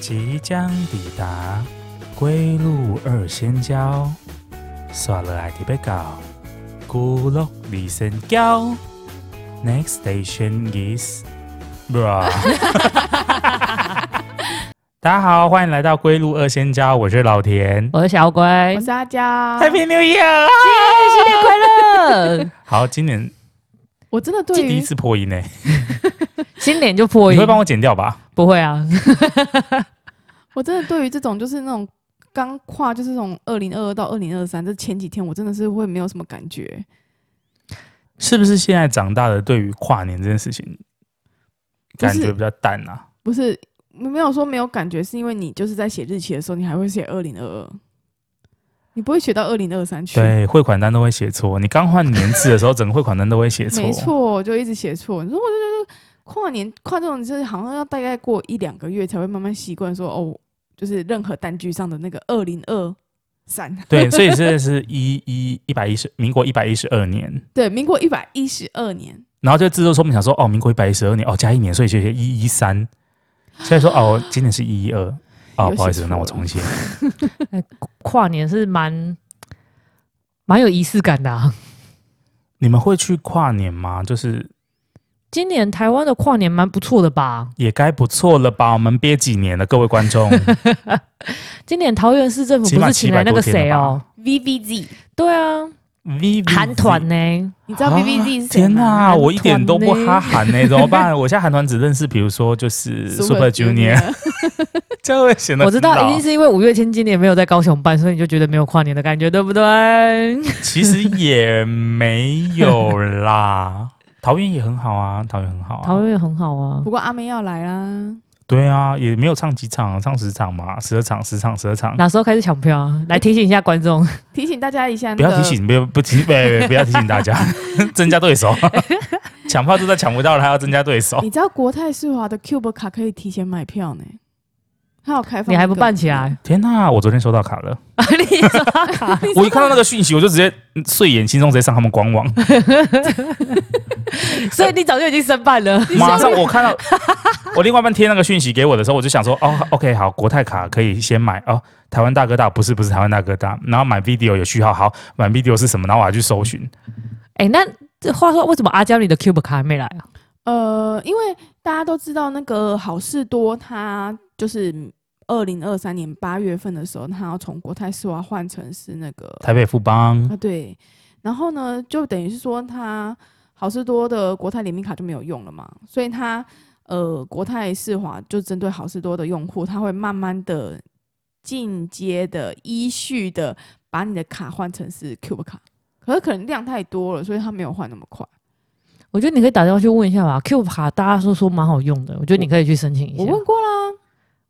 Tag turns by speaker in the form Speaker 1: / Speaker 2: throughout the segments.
Speaker 1: 即将抵达归路二仙交，刷了爱迪贝高，孤落二仙交。Next station is bra。大家好，欢迎来到归路二仙交，我是老田。
Speaker 2: 我是小龟，
Speaker 1: 哎
Speaker 3: 我是阿娇。
Speaker 1: Happy New Year！
Speaker 2: 新年快乐！
Speaker 1: 好，今年
Speaker 3: 我真的对
Speaker 1: 第一
Speaker 3: 于
Speaker 1: 次破音呢、
Speaker 2: 新年就破
Speaker 1: 你
Speaker 2: 音
Speaker 1: 会，帮我剪掉吧？
Speaker 2: 不会啊？
Speaker 3: 我真的对于这种就是那种刚跨就是从二零二二到二零二三这前几天，我真的是会没有什么感觉。
Speaker 1: 是不是现在长大了，对于跨年这件事情
Speaker 3: 不
Speaker 1: 感
Speaker 3: 是
Speaker 1: 觉比较淡啊？
Speaker 3: 不是没有说没有感觉，是因为你就是在写日期的时候，你还会写二零二二，你不会写到二零二三去。
Speaker 1: 对，汇款单都会写错。你刚换年次的时候，整个汇款单都会写错。
Speaker 3: 没错，就一直写错。你说我就觉得跨年跨这种，就是好像要大概过一两个月才会慢慢习惯说哦，就是任何单据上的那个二零二三。
Speaker 1: 对，所以这是一一一百一十，民国一百一十二年，
Speaker 3: 对，民国一百一十二年。
Speaker 1: 然后就制作说明想说，哦，民国一百一十二年，哦，加一年，所以就写一一三。所以说，哦，今年是一一二，哦，
Speaker 3: 又
Speaker 1: 不好意
Speaker 3: 写
Speaker 1: 思，
Speaker 3: 错
Speaker 1: 那我
Speaker 3: 了
Speaker 1: 重写。
Speaker 2: 跨年是蛮蛮有仪式感的、啊。
Speaker 1: 你们会去跨年吗？就是
Speaker 2: 今年台湾的跨年蛮不错的吧？
Speaker 1: 也该不错了吧？我们憋几年了，各位观众，
Speaker 2: 今年桃园市政府
Speaker 1: 起
Speaker 2: 不
Speaker 1: 码
Speaker 2: 是请来那个谁哦、
Speaker 3: VVZ，
Speaker 2: 对啊，
Speaker 1: V
Speaker 2: 韩团呢？
Speaker 3: 你知道
Speaker 1: 啊
Speaker 3: VVZ 是谁
Speaker 1: 天
Speaker 3: 吗？
Speaker 1: 我一点都不
Speaker 2: 韩团
Speaker 1: 哈
Speaker 2: 呢
Speaker 1: 韩呢、怎么办？我现在韩团只认识，比如说就是 Super Junior，这样会显得
Speaker 2: 我知
Speaker 1: 很
Speaker 2: 道，
Speaker 1: 老
Speaker 2: 一定是因为五月天今年没有在高雄办，所以你就觉得没有跨年的感觉，对不对？
Speaker 1: 其实也没有啦。桃园也很好啊，桃园很好
Speaker 2: 桃
Speaker 1: 啊。
Speaker 2: 园也很好啊
Speaker 3: 不，过阿妹要来啦，
Speaker 1: 对啊，也没有唱几场，唱十场嘛，十二场，十场，十二场。
Speaker 2: 哪时候开始抢票啊？来提醒一下观众，
Speaker 3: 提醒大家一下、
Speaker 1: 不
Speaker 3: 那个
Speaker 1: 要提，醒，不要不提，不不不要提醒大家，增加对手。抢票都在抢不到了，还要增加对手。
Speaker 3: 你知道国泰世华的 Cube 卡可以提前买票呢，它有开放，
Speaker 2: 你还不办起？来？
Speaker 1: 天哪、我昨天收到卡了，
Speaker 2: 你也说卡
Speaker 1: 我一看到那个讯息，我就直接嗯睡眼惺忪，直接上他们官网。
Speaker 2: 所以 你早就已经申办了。
Speaker 1: 马上我看到我另外一半贴那个讯息给我的时候，我就想说，哦，OK，好，国泰卡可以先买哦，台湾大哥大不是不是台湾大哥大，然后买 video 有序号，好，买 video 是什么？然后我还去搜寻，
Speaker 2: 哎、那这话说，为什么阿娇你的 Cube 卡还没来啊？
Speaker 3: 呃，因为大家都知道那个好事多，它就是二零二三年八月份的时候，它要从国泰世华换成是那个
Speaker 1: 台北富 邦
Speaker 3: 啊，对，然后呢，就等于是说它好事多的国泰联名卡就没有用了嘛，所以它呃国泰世华就针对好事多的用户，它会慢慢的进阶的依序的把你的卡换成是 Cube 卡，可是可能量太多了，所以它没有换那么快。
Speaker 2: 我觉得你可以打电话去问一下吧，Cube 卡大家说说蛮好用的，我觉得你可以去申请一下。
Speaker 3: 我问过啦，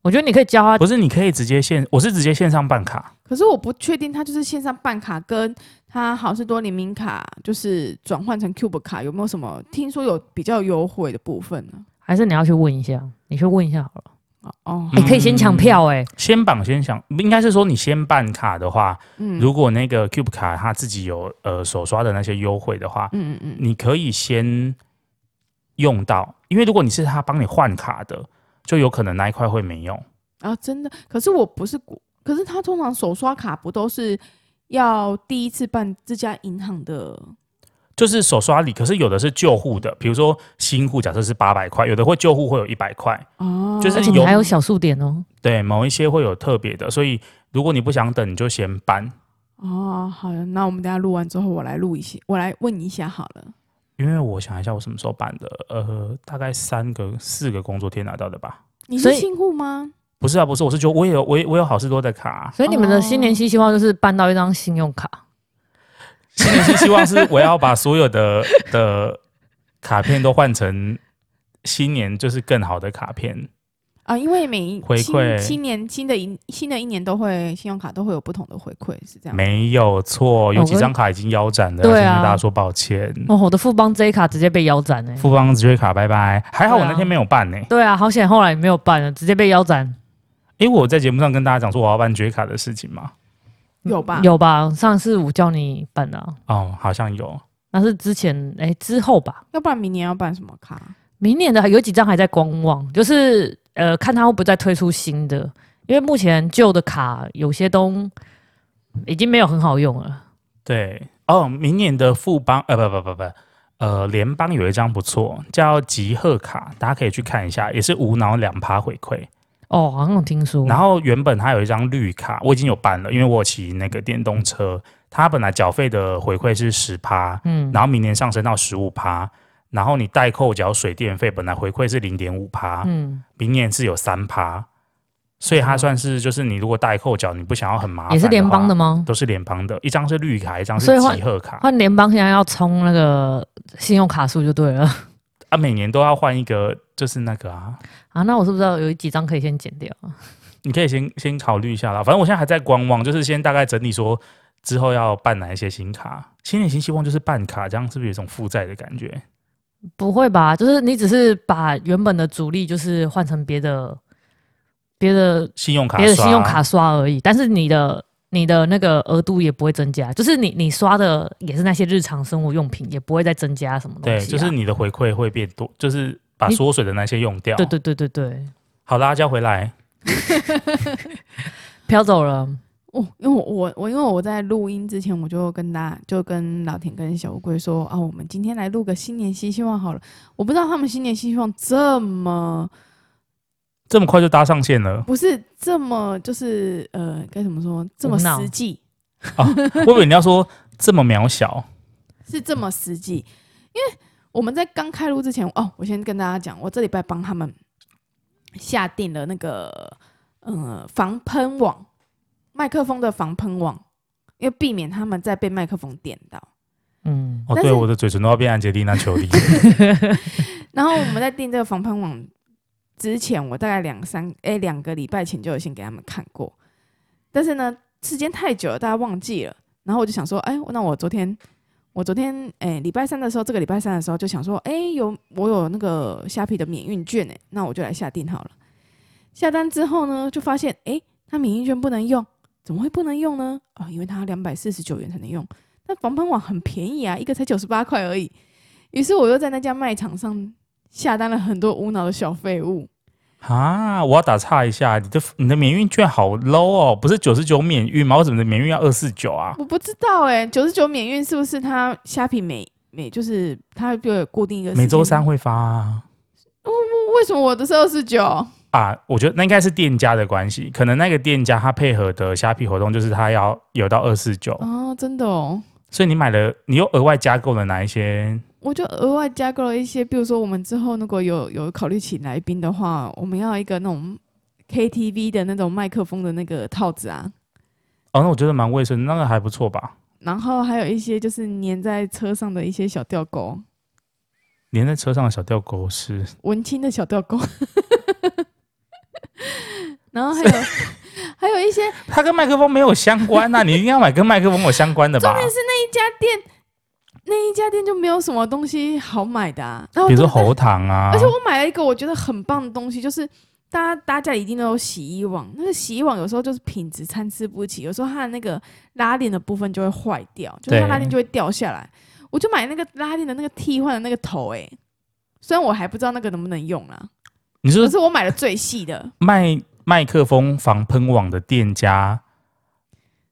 Speaker 2: 我觉得你可以教他
Speaker 1: 不是？你可以直接线，我是直接线上办卡，
Speaker 3: 可是我不确定它就是线上办卡跟它好事多联名卡就是转换成 Cube 卡有没有什么听说有比较优惠的部分呢？
Speaker 2: 还是你要去问一下？你去问一下好了。
Speaker 3: 哦哦，
Speaker 2: 你、可以先
Speaker 1: 嗯
Speaker 2: 抢票哎、
Speaker 1: 先绑先想，应该是说你先办卡的话，
Speaker 3: 嗯
Speaker 1: 如果那个 Cube 卡它自己有呃手刷的那些优惠的话，
Speaker 3: 嗯嗯嗯，
Speaker 1: 你可以先用到，因为如果你是他帮你换卡的，就有可能那一块会没用。
Speaker 3: 啊，真的？可是我不是国，可是他通常手刷卡不都是要第一次办这家银行的？
Speaker 1: 就是手刷礼，可是有的是旧户的，比如说新户假设是八百块，有的会旧户会有一百块，
Speaker 3: 哦
Speaker 1: 就是
Speaker 2: 而且你
Speaker 1: 有
Speaker 2: 还有小数点哦、
Speaker 1: 对，某一些会有特别的，所以如果你不想等，你就先搬，
Speaker 3: 哦，好的，那我们等一下录完之后，我来录一些，我来问一下好了。
Speaker 1: 因为我想一下我什么时候搬的，呃，大概三个四个工作天拿到的吧。
Speaker 3: 你
Speaker 2: 所
Speaker 3: 是
Speaker 2: 以
Speaker 3: 新户吗？
Speaker 1: 不是啊，不是，我是觉得我也有我也我有好事多的卡啊、
Speaker 2: 所以你们的新年新希望就是办到一张信用卡。
Speaker 1: 新年新希望是我要把所有的 的卡片都换成新年就是更好的卡片，
Speaker 3: 啊，因为每一
Speaker 1: 回馈
Speaker 3: 新新年新的一新的一年都会信用卡都会有不同的回馈，是这样吗。
Speaker 1: 没有错，有
Speaker 2: 我
Speaker 1: 几
Speaker 2: 跟
Speaker 1: 张卡已经腰斩了，
Speaker 2: 对啊
Speaker 1: 要先跟大家说抱歉。
Speaker 2: 哦，我的富邦 J 卡直接被腰斩哎、
Speaker 1: 嗯富邦直接卡，拜拜。还好我那天没有办呢、
Speaker 2: 对啊，好险后来没有办了，直接被腰斩。
Speaker 1: 因为我在节目上跟大家讲说我要办绝卡的事情嘛。
Speaker 3: 有吧？
Speaker 2: 有吧？上次我叫你办的啊、
Speaker 1: 哦，好像有。
Speaker 2: 那是之前哎、之后吧。
Speaker 3: 要不然明年要办什么卡？
Speaker 2: 明年的有几张还在观望，就是呃，看他会不会再推出新的，因为目前旧的卡有些都已经没有很好用了。
Speaker 1: 对哦，明年的富邦呃不不不不呃联邦有一张不错，叫极贺卡，大家可以去看一下，也是无脑两趴回馈。
Speaker 2: 哦，好像有听说。
Speaker 1: 然后原本它有一张绿卡，我已经有办了，因为我有骑那个电动车，它本来缴费的回馈是十趴，
Speaker 2: 嗯，
Speaker 1: 然后明年上升到十五趴，然后你代扣缴水电费，本来回馈是零点五趴，
Speaker 2: 嗯，
Speaker 1: 明年是有三趴，所以它
Speaker 2: 哦
Speaker 1: 算是就是你如果代扣缴，你不想要很麻烦，
Speaker 2: 也是联邦的？吗？
Speaker 1: 都是联邦的，一张是绿卡，一张是
Speaker 2: 所以换
Speaker 1: 集贺卡，
Speaker 2: 换联邦现在要充那个信用卡数就对了
Speaker 1: 啊，每年都要换一个，就是那个啊，
Speaker 2: 啊。那我是不是要有几张可以先剪掉？
Speaker 1: 你可以先先考虑一下啦。反正我现在还在观望，就是先大概整理说之后要办哪一些新卡。新年新希望就是办卡，这样是不是有一种负债的感觉？
Speaker 2: 不会吧？就是你只是把原本的主力就是换成别的、别的、
Speaker 1: 信用卡
Speaker 2: 别的
Speaker 1: 刷啊
Speaker 2: 信用卡刷而已，但是你的你的那个额度也不会增加，就是你你刷的也是那些日常生活用品，也不会再增加什么东
Speaker 1: 对，
Speaker 2: 西、啊。
Speaker 1: 就是你的回馈会变多，就是把
Speaker 2: 你
Speaker 1: 缩水的那些用掉。
Speaker 2: 对对对对对，
Speaker 1: 好啦，交回来。
Speaker 2: 飘走了。
Speaker 3: 哦，因为我我我因为我在录音之前，我就跟大家就跟老田跟小乌龟说啊，我们今天来录个新年新希望好了。我不知道他们新年新希望这么，
Speaker 1: 这么快就搭上线了
Speaker 3: 不是这么就是呃该怎么说这么
Speaker 2: 无脑
Speaker 3: 实际，
Speaker 1: 我以为你要说这么渺小，
Speaker 3: 是这么实际。因为我们在刚开录之前，哦，我先跟大家讲，我这礼拜帮他们下定了那个呃防喷网，麦克风的防喷网，因为避免他们再被麦克风电到。
Speaker 2: 嗯，
Speaker 1: 哦，对，
Speaker 3: 但是
Speaker 1: 我的嘴唇都要变安吉丽娜 裘丽。
Speaker 3: 然后我们在订这个防喷网之前，我大概两三哎两个礼拜前就有先给他们看过，但是呢，时间太久了，大家忘记了。然后我就想说，哎，那我昨天我昨天哎礼拜三的时候，这个礼拜三的时候就想说，哎，有我有那个虾皮的免运券哎，那我就来下定好了。下单之后呢，就发现哎，它免运券不能用，怎么会不能用呢？哦，因为它两百四十九元才能用。那防喷网很便宜啊，一个才九十八块而已。于是我又在那家卖场上下单了很多无脑的小废物。
Speaker 1: 啊，我要打岔一下，你的你的免运券好 low 哦，不是九十九免运吗？我怎么的免运要二四九啊？
Speaker 3: 我不知道哎、九十九免运是不是它虾皮每每就是它就有固定一个时间
Speaker 1: 每周三？会发啊。
Speaker 3: 为什么我的是二十九？
Speaker 1: 啊，我觉得那应该是店家的关系，可能那个店家他配合的虾皮活动就是他要有到二四九，
Speaker 3: 哦，真的哦，
Speaker 1: 所以你买了，你又额外加购了哪一些？
Speaker 3: 我就额外加购了一些，比如说我们之后如果有有考虑请来宾的话，我们要一个那种 KTV 的那种麦克风的那个套子啊，
Speaker 1: 哦，那我觉得蛮卫生，那个还不错吧，
Speaker 3: 然后还有一些就是粘在车上的一些小吊钩，
Speaker 1: 连在车上的小吊钩是
Speaker 3: 文青的小吊钩。 然后还有还有一些
Speaker 1: 它跟麦克风没有相关 呐、你一定要买跟麦克风有相关的吧？
Speaker 3: 那一家店，那一家店就没有什么东西好买的、啊。然后
Speaker 1: 比如说
Speaker 3: 我就在
Speaker 1: 喉糖啊
Speaker 3: 而，且我买了一个我觉得很棒的东西，就是大家大家一定都有洗衣网，那个洗衣网有时候就是品质参差不齐，有时候它的那个拉链的部分就会坏掉，就是它
Speaker 1: 对
Speaker 3: 拉链就会掉下来。我就买那个拉链的那个替换的那个头、欸，虽然我还不知道那个能不能用啦，
Speaker 1: 你
Speaker 3: 可
Speaker 1: 说
Speaker 3: 是我买了最细的，
Speaker 1: 卖麦克风防喷网的店家，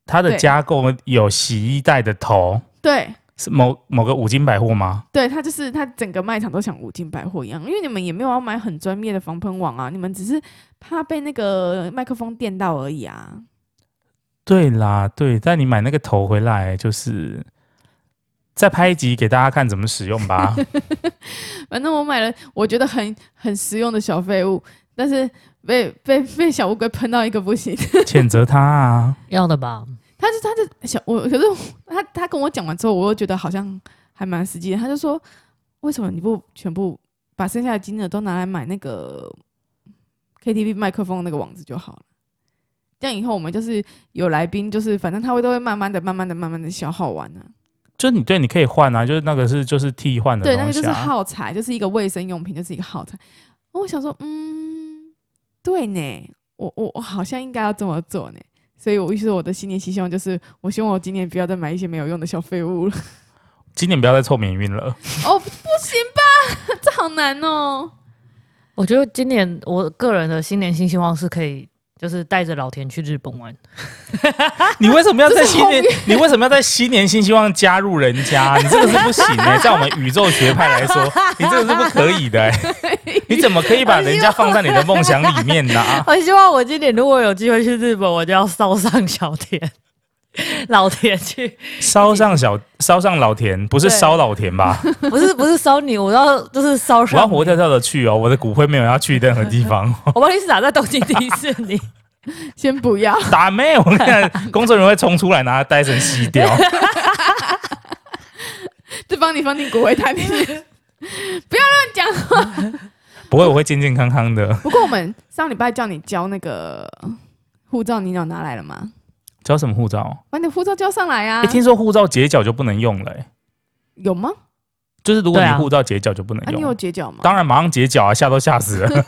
Speaker 1: 它的
Speaker 3: 对
Speaker 1: 加购有洗衣袋的头，
Speaker 3: 对。
Speaker 1: 是某某个五金百货吗？
Speaker 3: 对，它就是它整个卖场都像五金百货一样，因为你们也没有要买很专业的防喷网啊，你们只是怕被那个麦克风电到而已啊。
Speaker 1: 对啦，对，但你买那个头回来，就是再拍一集给大家看怎么使用 吧。
Speaker 3: 反正我买了，我觉得很很实用的小废物，但是被被被小乌龟喷到一个不行。
Speaker 1: 谴责他啊！
Speaker 2: 要的吧？
Speaker 3: 他就他就小我，可是他他跟我讲完之后，我又觉得好像还蛮实际的。他就说，为什么你不全部把剩下的金额都拿来买那个 KTV 麦克风那个网子就好了？这样以后我们就是有来宾，就是反正他会都会慢慢的、慢慢的、慢慢的消耗完啊。
Speaker 1: 就你对，你可以换啊，就是那个是就是替换的
Speaker 3: 对，那
Speaker 1: 东
Speaker 3: 个就
Speaker 1: 西
Speaker 3: 是
Speaker 1: 啊。
Speaker 3: 耗材，就是一个卫生用品，就是一个耗材。我想说，嗯，对呢，我我我好像应该要这么做呢。所以，我于是我的新年希望就是，我希望我今年不要再买一些没有用的小废物了。
Speaker 1: 今年不要再凑免运了。
Speaker 3: 哦，不行吧，这好难哦。
Speaker 2: 我觉得今年我个人的新年新希望是可以，就是带着老田去日本 玩。
Speaker 1: 你为什么要在
Speaker 3: 这是
Speaker 1: 新年？你为什么要在新年新希望加入人 家？你这个是不行的、在我们宇宙学派来说，你这个是不可以的、欸。你怎么可以把人家放在你的梦想里面呢、
Speaker 2: 我哦希望我今年如果有机会去日本，我就要烧上小田， 老田去，
Speaker 1: 烧上小，烧上老田，不是
Speaker 2: 对
Speaker 1: 烧老田吧？
Speaker 2: 不是不是烧你，我要就是烧
Speaker 1: 我
Speaker 2: 上
Speaker 1: 要
Speaker 2: 你
Speaker 1: 活跳跳的去哦，我的骨灰没有要去任何地 方。
Speaker 2: 我帮你撒在东京迪士 尼。
Speaker 3: 先不要，
Speaker 1: 打妹，我看工作人员会冲出来拿戴森吸 掉。
Speaker 3: 就帮你放进国会台面， 不要乱讲话。
Speaker 1: 不会，我会健健康康的。
Speaker 3: 不过我们上礼拜叫你交那个护照，你有拿来了吗？
Speaker 1: 交什么护照？
Speaker 3: 把你的护照交上来啊
Speaker 1: 哎、！听说护照截角就不能用了、欸
Speaker 3: 有吗？
Speaker 1: 就是如果
Speaker 2: 对
Speaker 1: 你
Speaker 2: 啊
Speaker 1: 护照截角就不
Speaker 3: 啊，
Speaker 1: 能
Speaker 3: 你
Speaker 1: 用。
Speaker 3: 有截角吗？
Speaker 1: 当然，马上截角啊，吓都吓死了。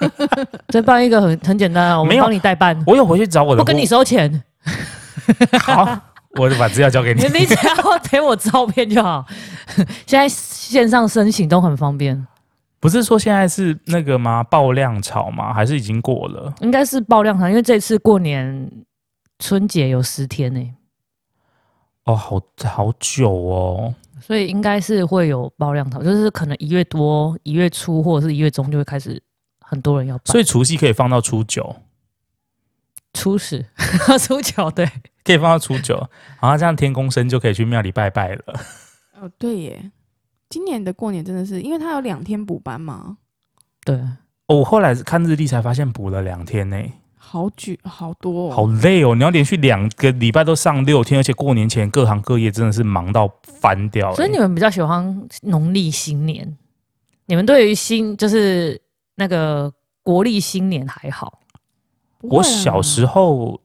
Speaker 2: 再办一个很很简单啊，我
Speaker 1: 没
Speaker 2: 们
Speaker 1: 有
Speaker 2: 帮你代办，
Speaker 1: 我有回去找我的，
Speaker 2: 不跟你收钱，
Speaker 1: 好，我就把资料交给你
Speaker 2: 你。 你只要给我照片就好。 现在线上申请都很方便，
Speaker 1: 不是说现在是那个吗？爆量潮吗？还是已经过了？
Speaker 2: 应该是爆量场，因为这次过年春节有十天欸呢、
Speaker 1: 哦，好好久哦。
Speaker 2: 所以应该是会有爆量头，就是可能一月多、一月初或者是一月中就会开始很多人要办，
Speaker 1: 所以除夕可以放到初九，
Speaker 2: 初十、 初九对，
Speaker 1: 可以放到初九，然后这样天公生就可以去庙里拜拜了。
Speaker 3: 哦，对耶，今年的过年真的是，因为他有两天补班嘛，
Speaker 2: 对，啊
Speaker 1: 哦，我后来看日历才发现补了两天呢、
Speaker 3: 好久好多、哦，
Speaker 1: 好累哦！你要连续两个礼拜都上六天，而且过年前各行各业真的是忙到翻掉、欸。
Speaker 2: 所以你们比较喜欢农历新年，你们对于新就是那个国历新年还好，
Speaker 3: 不会啊
Speaker 1: 我小时候，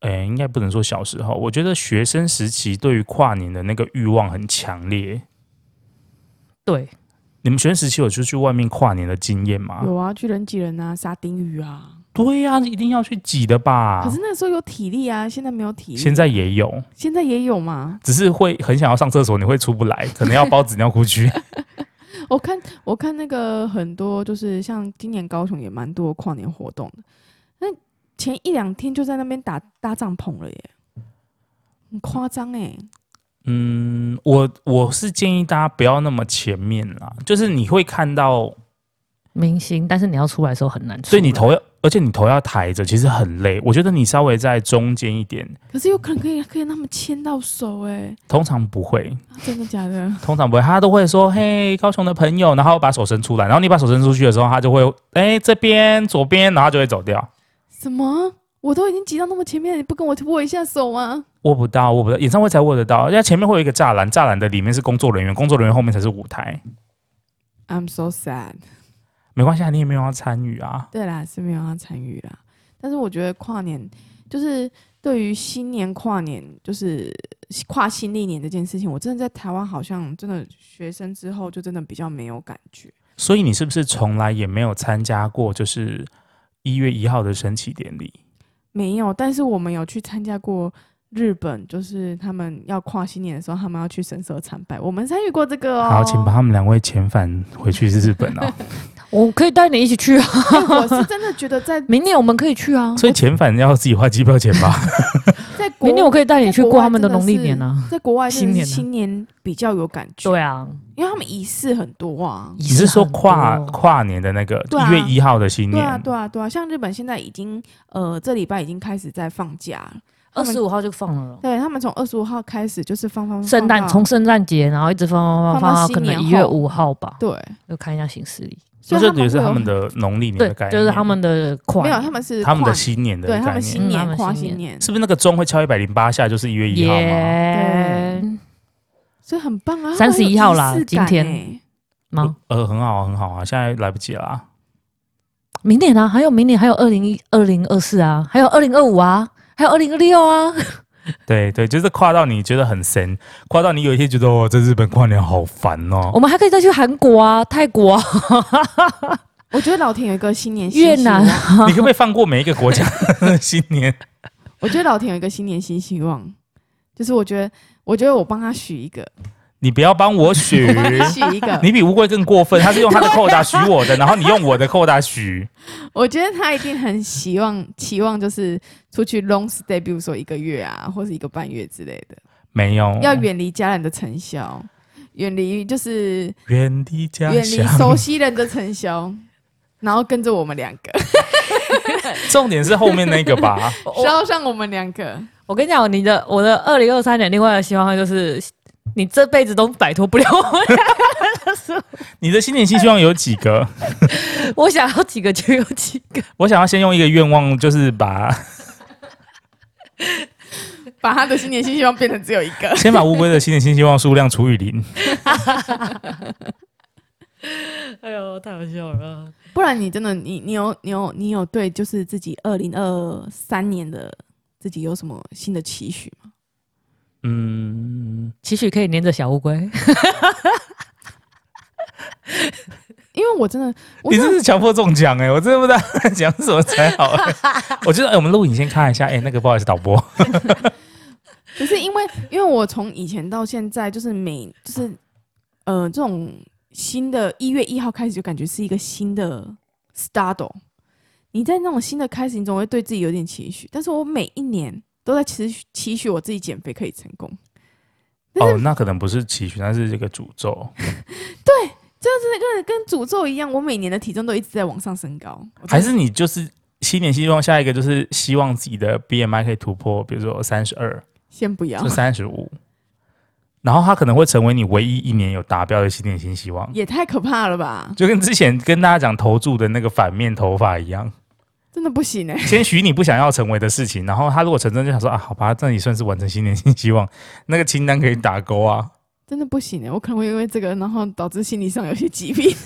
Speaker 1: 哎、应该不能说小时候，我觉得学生时期对于跨年的那个欲望很强烈。
Speaker 2: 对，
Speaker 1: 你们学生时期有出去外面跨年的经验吗？
Speaker 3: 有啊，巨人挤人啊，沙丁鱼啊，
Speaker 1: 对呀、一定要去挤的吧
Speaker 3: 可是。那时候有体力啊，现在没有体力，
Speaker 1: 啊现在也有，
Speaker 3: 现在也有嘛。
Speaker 1: 只是会很想要上厕所，你会出不来， 可能要包纸尿裤去。
Speaker 3: 我看我看那个很多，就是像今年高雄也蛮多跨年活动的，那前一两天就在那边打搭帐篷了耶，很夸张哎，
Speaker 1: 嗯，我我是建议大家不要那么前面啦，就是你会看到
Speaker 2: 明星，但是你要出来的时候很难出来，
Speaker 1: 所以你头要，而且你头要抬着，其实很累。我觉得你稍微在中间一点，
Speaker 3: 可是有可能可以可以让他们牵到手哎、
Speaker 1: 通常不会，
Speaker 3: 啊真的假的？
Speaker 1: 通常不会，他都会说：“嘿，高雄的朋友。”然后把手伸出来，然后你把手伸出去的时候，他就会：“哎、这边左边。”然后他就会走掉。
Speaker 3: 什么？我都已经挤到那么前面了，你不跟我握一下手吗？
Speaker 1: 握不到，握不到，演唱会才握得到，因为前面会有一个栅栏，栅栏的里面是工作人员，工作人员后面才是舞台。
Speaker 3: I'm so sad。
Speaker 1: 没关系，啊，你也没有要参与啊。
Speaker 3: 对啦，是没有要参与啦。但是我觉得跨年就是对于新年跨年，就是跨新历年这件事情，我真的在台湾好像真的学生之后就真的比较没有感觉。
Speaker 1: 所以你是不是从来也没有参加过，就是一月一号的升旗典礼？
Speaker 3: 没有，但是我们有去参加过日本，就是他们要跨新年的时候，他们要去神社参拜，我们参与过这个哦。
Speaker 1: 好，请把他们两位遣返回去日本啊。
Speaker 2: 我可以带你一起去啊，
Speaker 3: 哎我是真的觉得在
Speaker 2: 明年我们可以去啊，
Speaker 1: 所以遣返要自己花机票钱 吧。
Speaker 3: 在国
Speaker 2: 明年我可以带你去
Speaker 3: 在国
Speaker 2: 过
Speaker 3: 外
Speaker 2: 他们的
Speaker 3: 真的
Speaker 2: 农历
Speaker 3: 是
Speaker 2: 年啊，
Speaker 3: 在国外真的是
Speaker 2: 新
Speaker 3: 新年比较有感觉，
Speaker 2: 对啊，
Speaker 3: 因为他们仪式很 多啊。
Speaker 2: 你
Speaker 1: 你是说跨跨年的那个
Speaker 3: 对啊
Speaker 1: 一月一号的新
Speaker 3: 对
Speaker 1: 年？
Speaker 3: 啊，对啊，对啊，像日本现在已经呃，这礼拜已经开始在放假了。
Speaker 2: 二十五号就放了。
Speaker 3: 对他们从二十五号开始就是放放放
Speaker 2: 圣诞
Speaker 3: 到
Speaker 2: 从圣诞节，然后一直放放放
Speaker 3: 放
Speaker 2: 放
Speaker 3: 到
Speaker 2: 到
Speaker 3: 新
Speaker 2: 可能
Speaker 3: 年
Speaker 2: 一月
Speaker 3: 后
Speaker 2: 五号吧，
Speaker 3: 对，
Speaker 2: 就看一下行事历。
Speaker 1: 所以这也是
Speaker 3: 会有
Speaker 1: 他们的农历年
Speaker 2: 对
Speaker 1: 的概，念，
Speaker 2: 就是他们的跨
Speaker 3: 没
Speaker 2: 年，
Speaker 3: 有，他们是
Speaker 1: 他们
Speaker 3: 跨
Speaker 1: 的新年的
Speaker 3: 对他
Speaker 1: 概
Speaker 3: 们
Speaker 1: 念。
Speaker 3: 新
Speaker 2: 嗯他
Speaker 3: 年
Speaker 2: 们
Speaker 3: 跨
Speaker 2: 新
Speaker 3: 新
Speaker 2: 年
Speaker 3: 年，
Speaker 1: 是不是那个钟会敲一百零八下，就是一月一号吗？
Speaker 2: 耶
Speaker 3: 所以很棒啊。
Speaker 2: 31
Speaker 3: 他们有仪
Speaker 2: 号啦
Speaker 3: 式
Speaker 2: 今
Speaker 3: 感
Speaker 2: 天
Speaker 3: 欸
Speaker 2: 吗？
Speaker 1: 呃，很好啊，很好啊，现在来不及了啊。
Speaker 2: 明年啊，还有明年，还有二零一、二零二四啊，还有二零二五啊，还有二零二六啊。
Speaker 1: 对对，就是跨到你觉得很神，跨到你有一天觉得哦，这日本跨年好烦
Speaker 2: 我
Speaker 1: 哦。
Speaker 2: 们还可以再去韩国啊、泰国啊。
Speaker 3: 我觉得老田有一个新年新
Speaker 2: 越
Speaker 3: 希
Speaker 2: 南
Speaker 3: 望
Speaker 1: 你可不可以放过每一个国家的新年？
Speaker 3: 我觉得老田有一个新年新希望，就是我觉得，我觉得我帮他许一个，
Speaker 1: 你不要帮我许，
Speaker 3: 我帮你取一个，
Speaker 1: 你比乌龟更过分，他是用他的扣打许我的，然后你用我的扣打许。
Speaker 3: 我觉得他一定很希望，期望就是出去 long stay，比如说一个月啊，或是一个半月之类的，
Speaker 1: 没有，
Speaker 3: 要远离家人的尘嚣，远离就是
Speaker 1: 远离家
Speaker 3: 远离
Speaker 1: 乡。
Speaker 3: 熟悉人的尘嚣，然后跟着我们两个，
Speaker 1: 重点是后面那个 吧，
Speaker 3: 捎上我们两个。
Speaker 2: 我跟你讲，你的我的二零二三年另外的希望就是，你这辈子都摆脱不了我。
Speaker 1: 你的新年新希望有几个？
Speaker 2: 我想要几个就有几个。
Speaker 1: 我想要先用一个愿望，就是把。
Speaker 3: 把他的新年新希望变成只有一个
Speaker 1: 先把乌龟的新年新希望数量除以零。
Speaker 2: 哎呦，太好笑了！
Speaker 3: 不然你真的，你你有你有你有对就是自己二零二三年的自己有什么新的期许吗？
Speaker 1: 嗯，
Speaker 2: 期许可以黏着小乌龟，
Speaker 3: 因为我真的，我
Speaker 1: 你
Speaker 3: 真
Speaker 1: 这
Speaker 3: 的
Speaker 1: 是强迫中奖哎、我真的不知道讲什么才好、欸。我觉得、哎，我们录影先看一下，哎、那个不好意思，导播，
Speaker 3: 不是因为，因为我从以前到现在，就是每就是呃这种新的一月一号开始，就感觉是一个新的 start。你在那种新的开始，你总会对自己有点期许，但是我每一年都在期许期许我自己减肥可以成功。
Speaker 1: 哦，那可能不是期许，那是这个诅咒，
Speaker 3: 对，跟诅咒一样，我每年的体重都一直在往上升高。我真的
Speaker 1: 还是你就是新年希望下一个就是希望自己的 BMI 可以突破，比如说三十二，
Speaker 3: 先不要
Speaker 1: 就，三十五，然后它可能会成为你唯一一年有达标的新年新希望，
Speaker 3: 也太可怕了吧！
Speaker 1: 就跟之前跟大家讲投注的那个反面头发一样，
Speaker 3: 真的不行哎、
Speaker 1: 先许你不想要成为的事情，然后他如果成真，就想说啊，好吧，这也算是完成新年新希望，那个清单可以打勾 啊。
Speaker 3: 真的不行哎、我可能会因为这个，然后导致心理上有些疾病。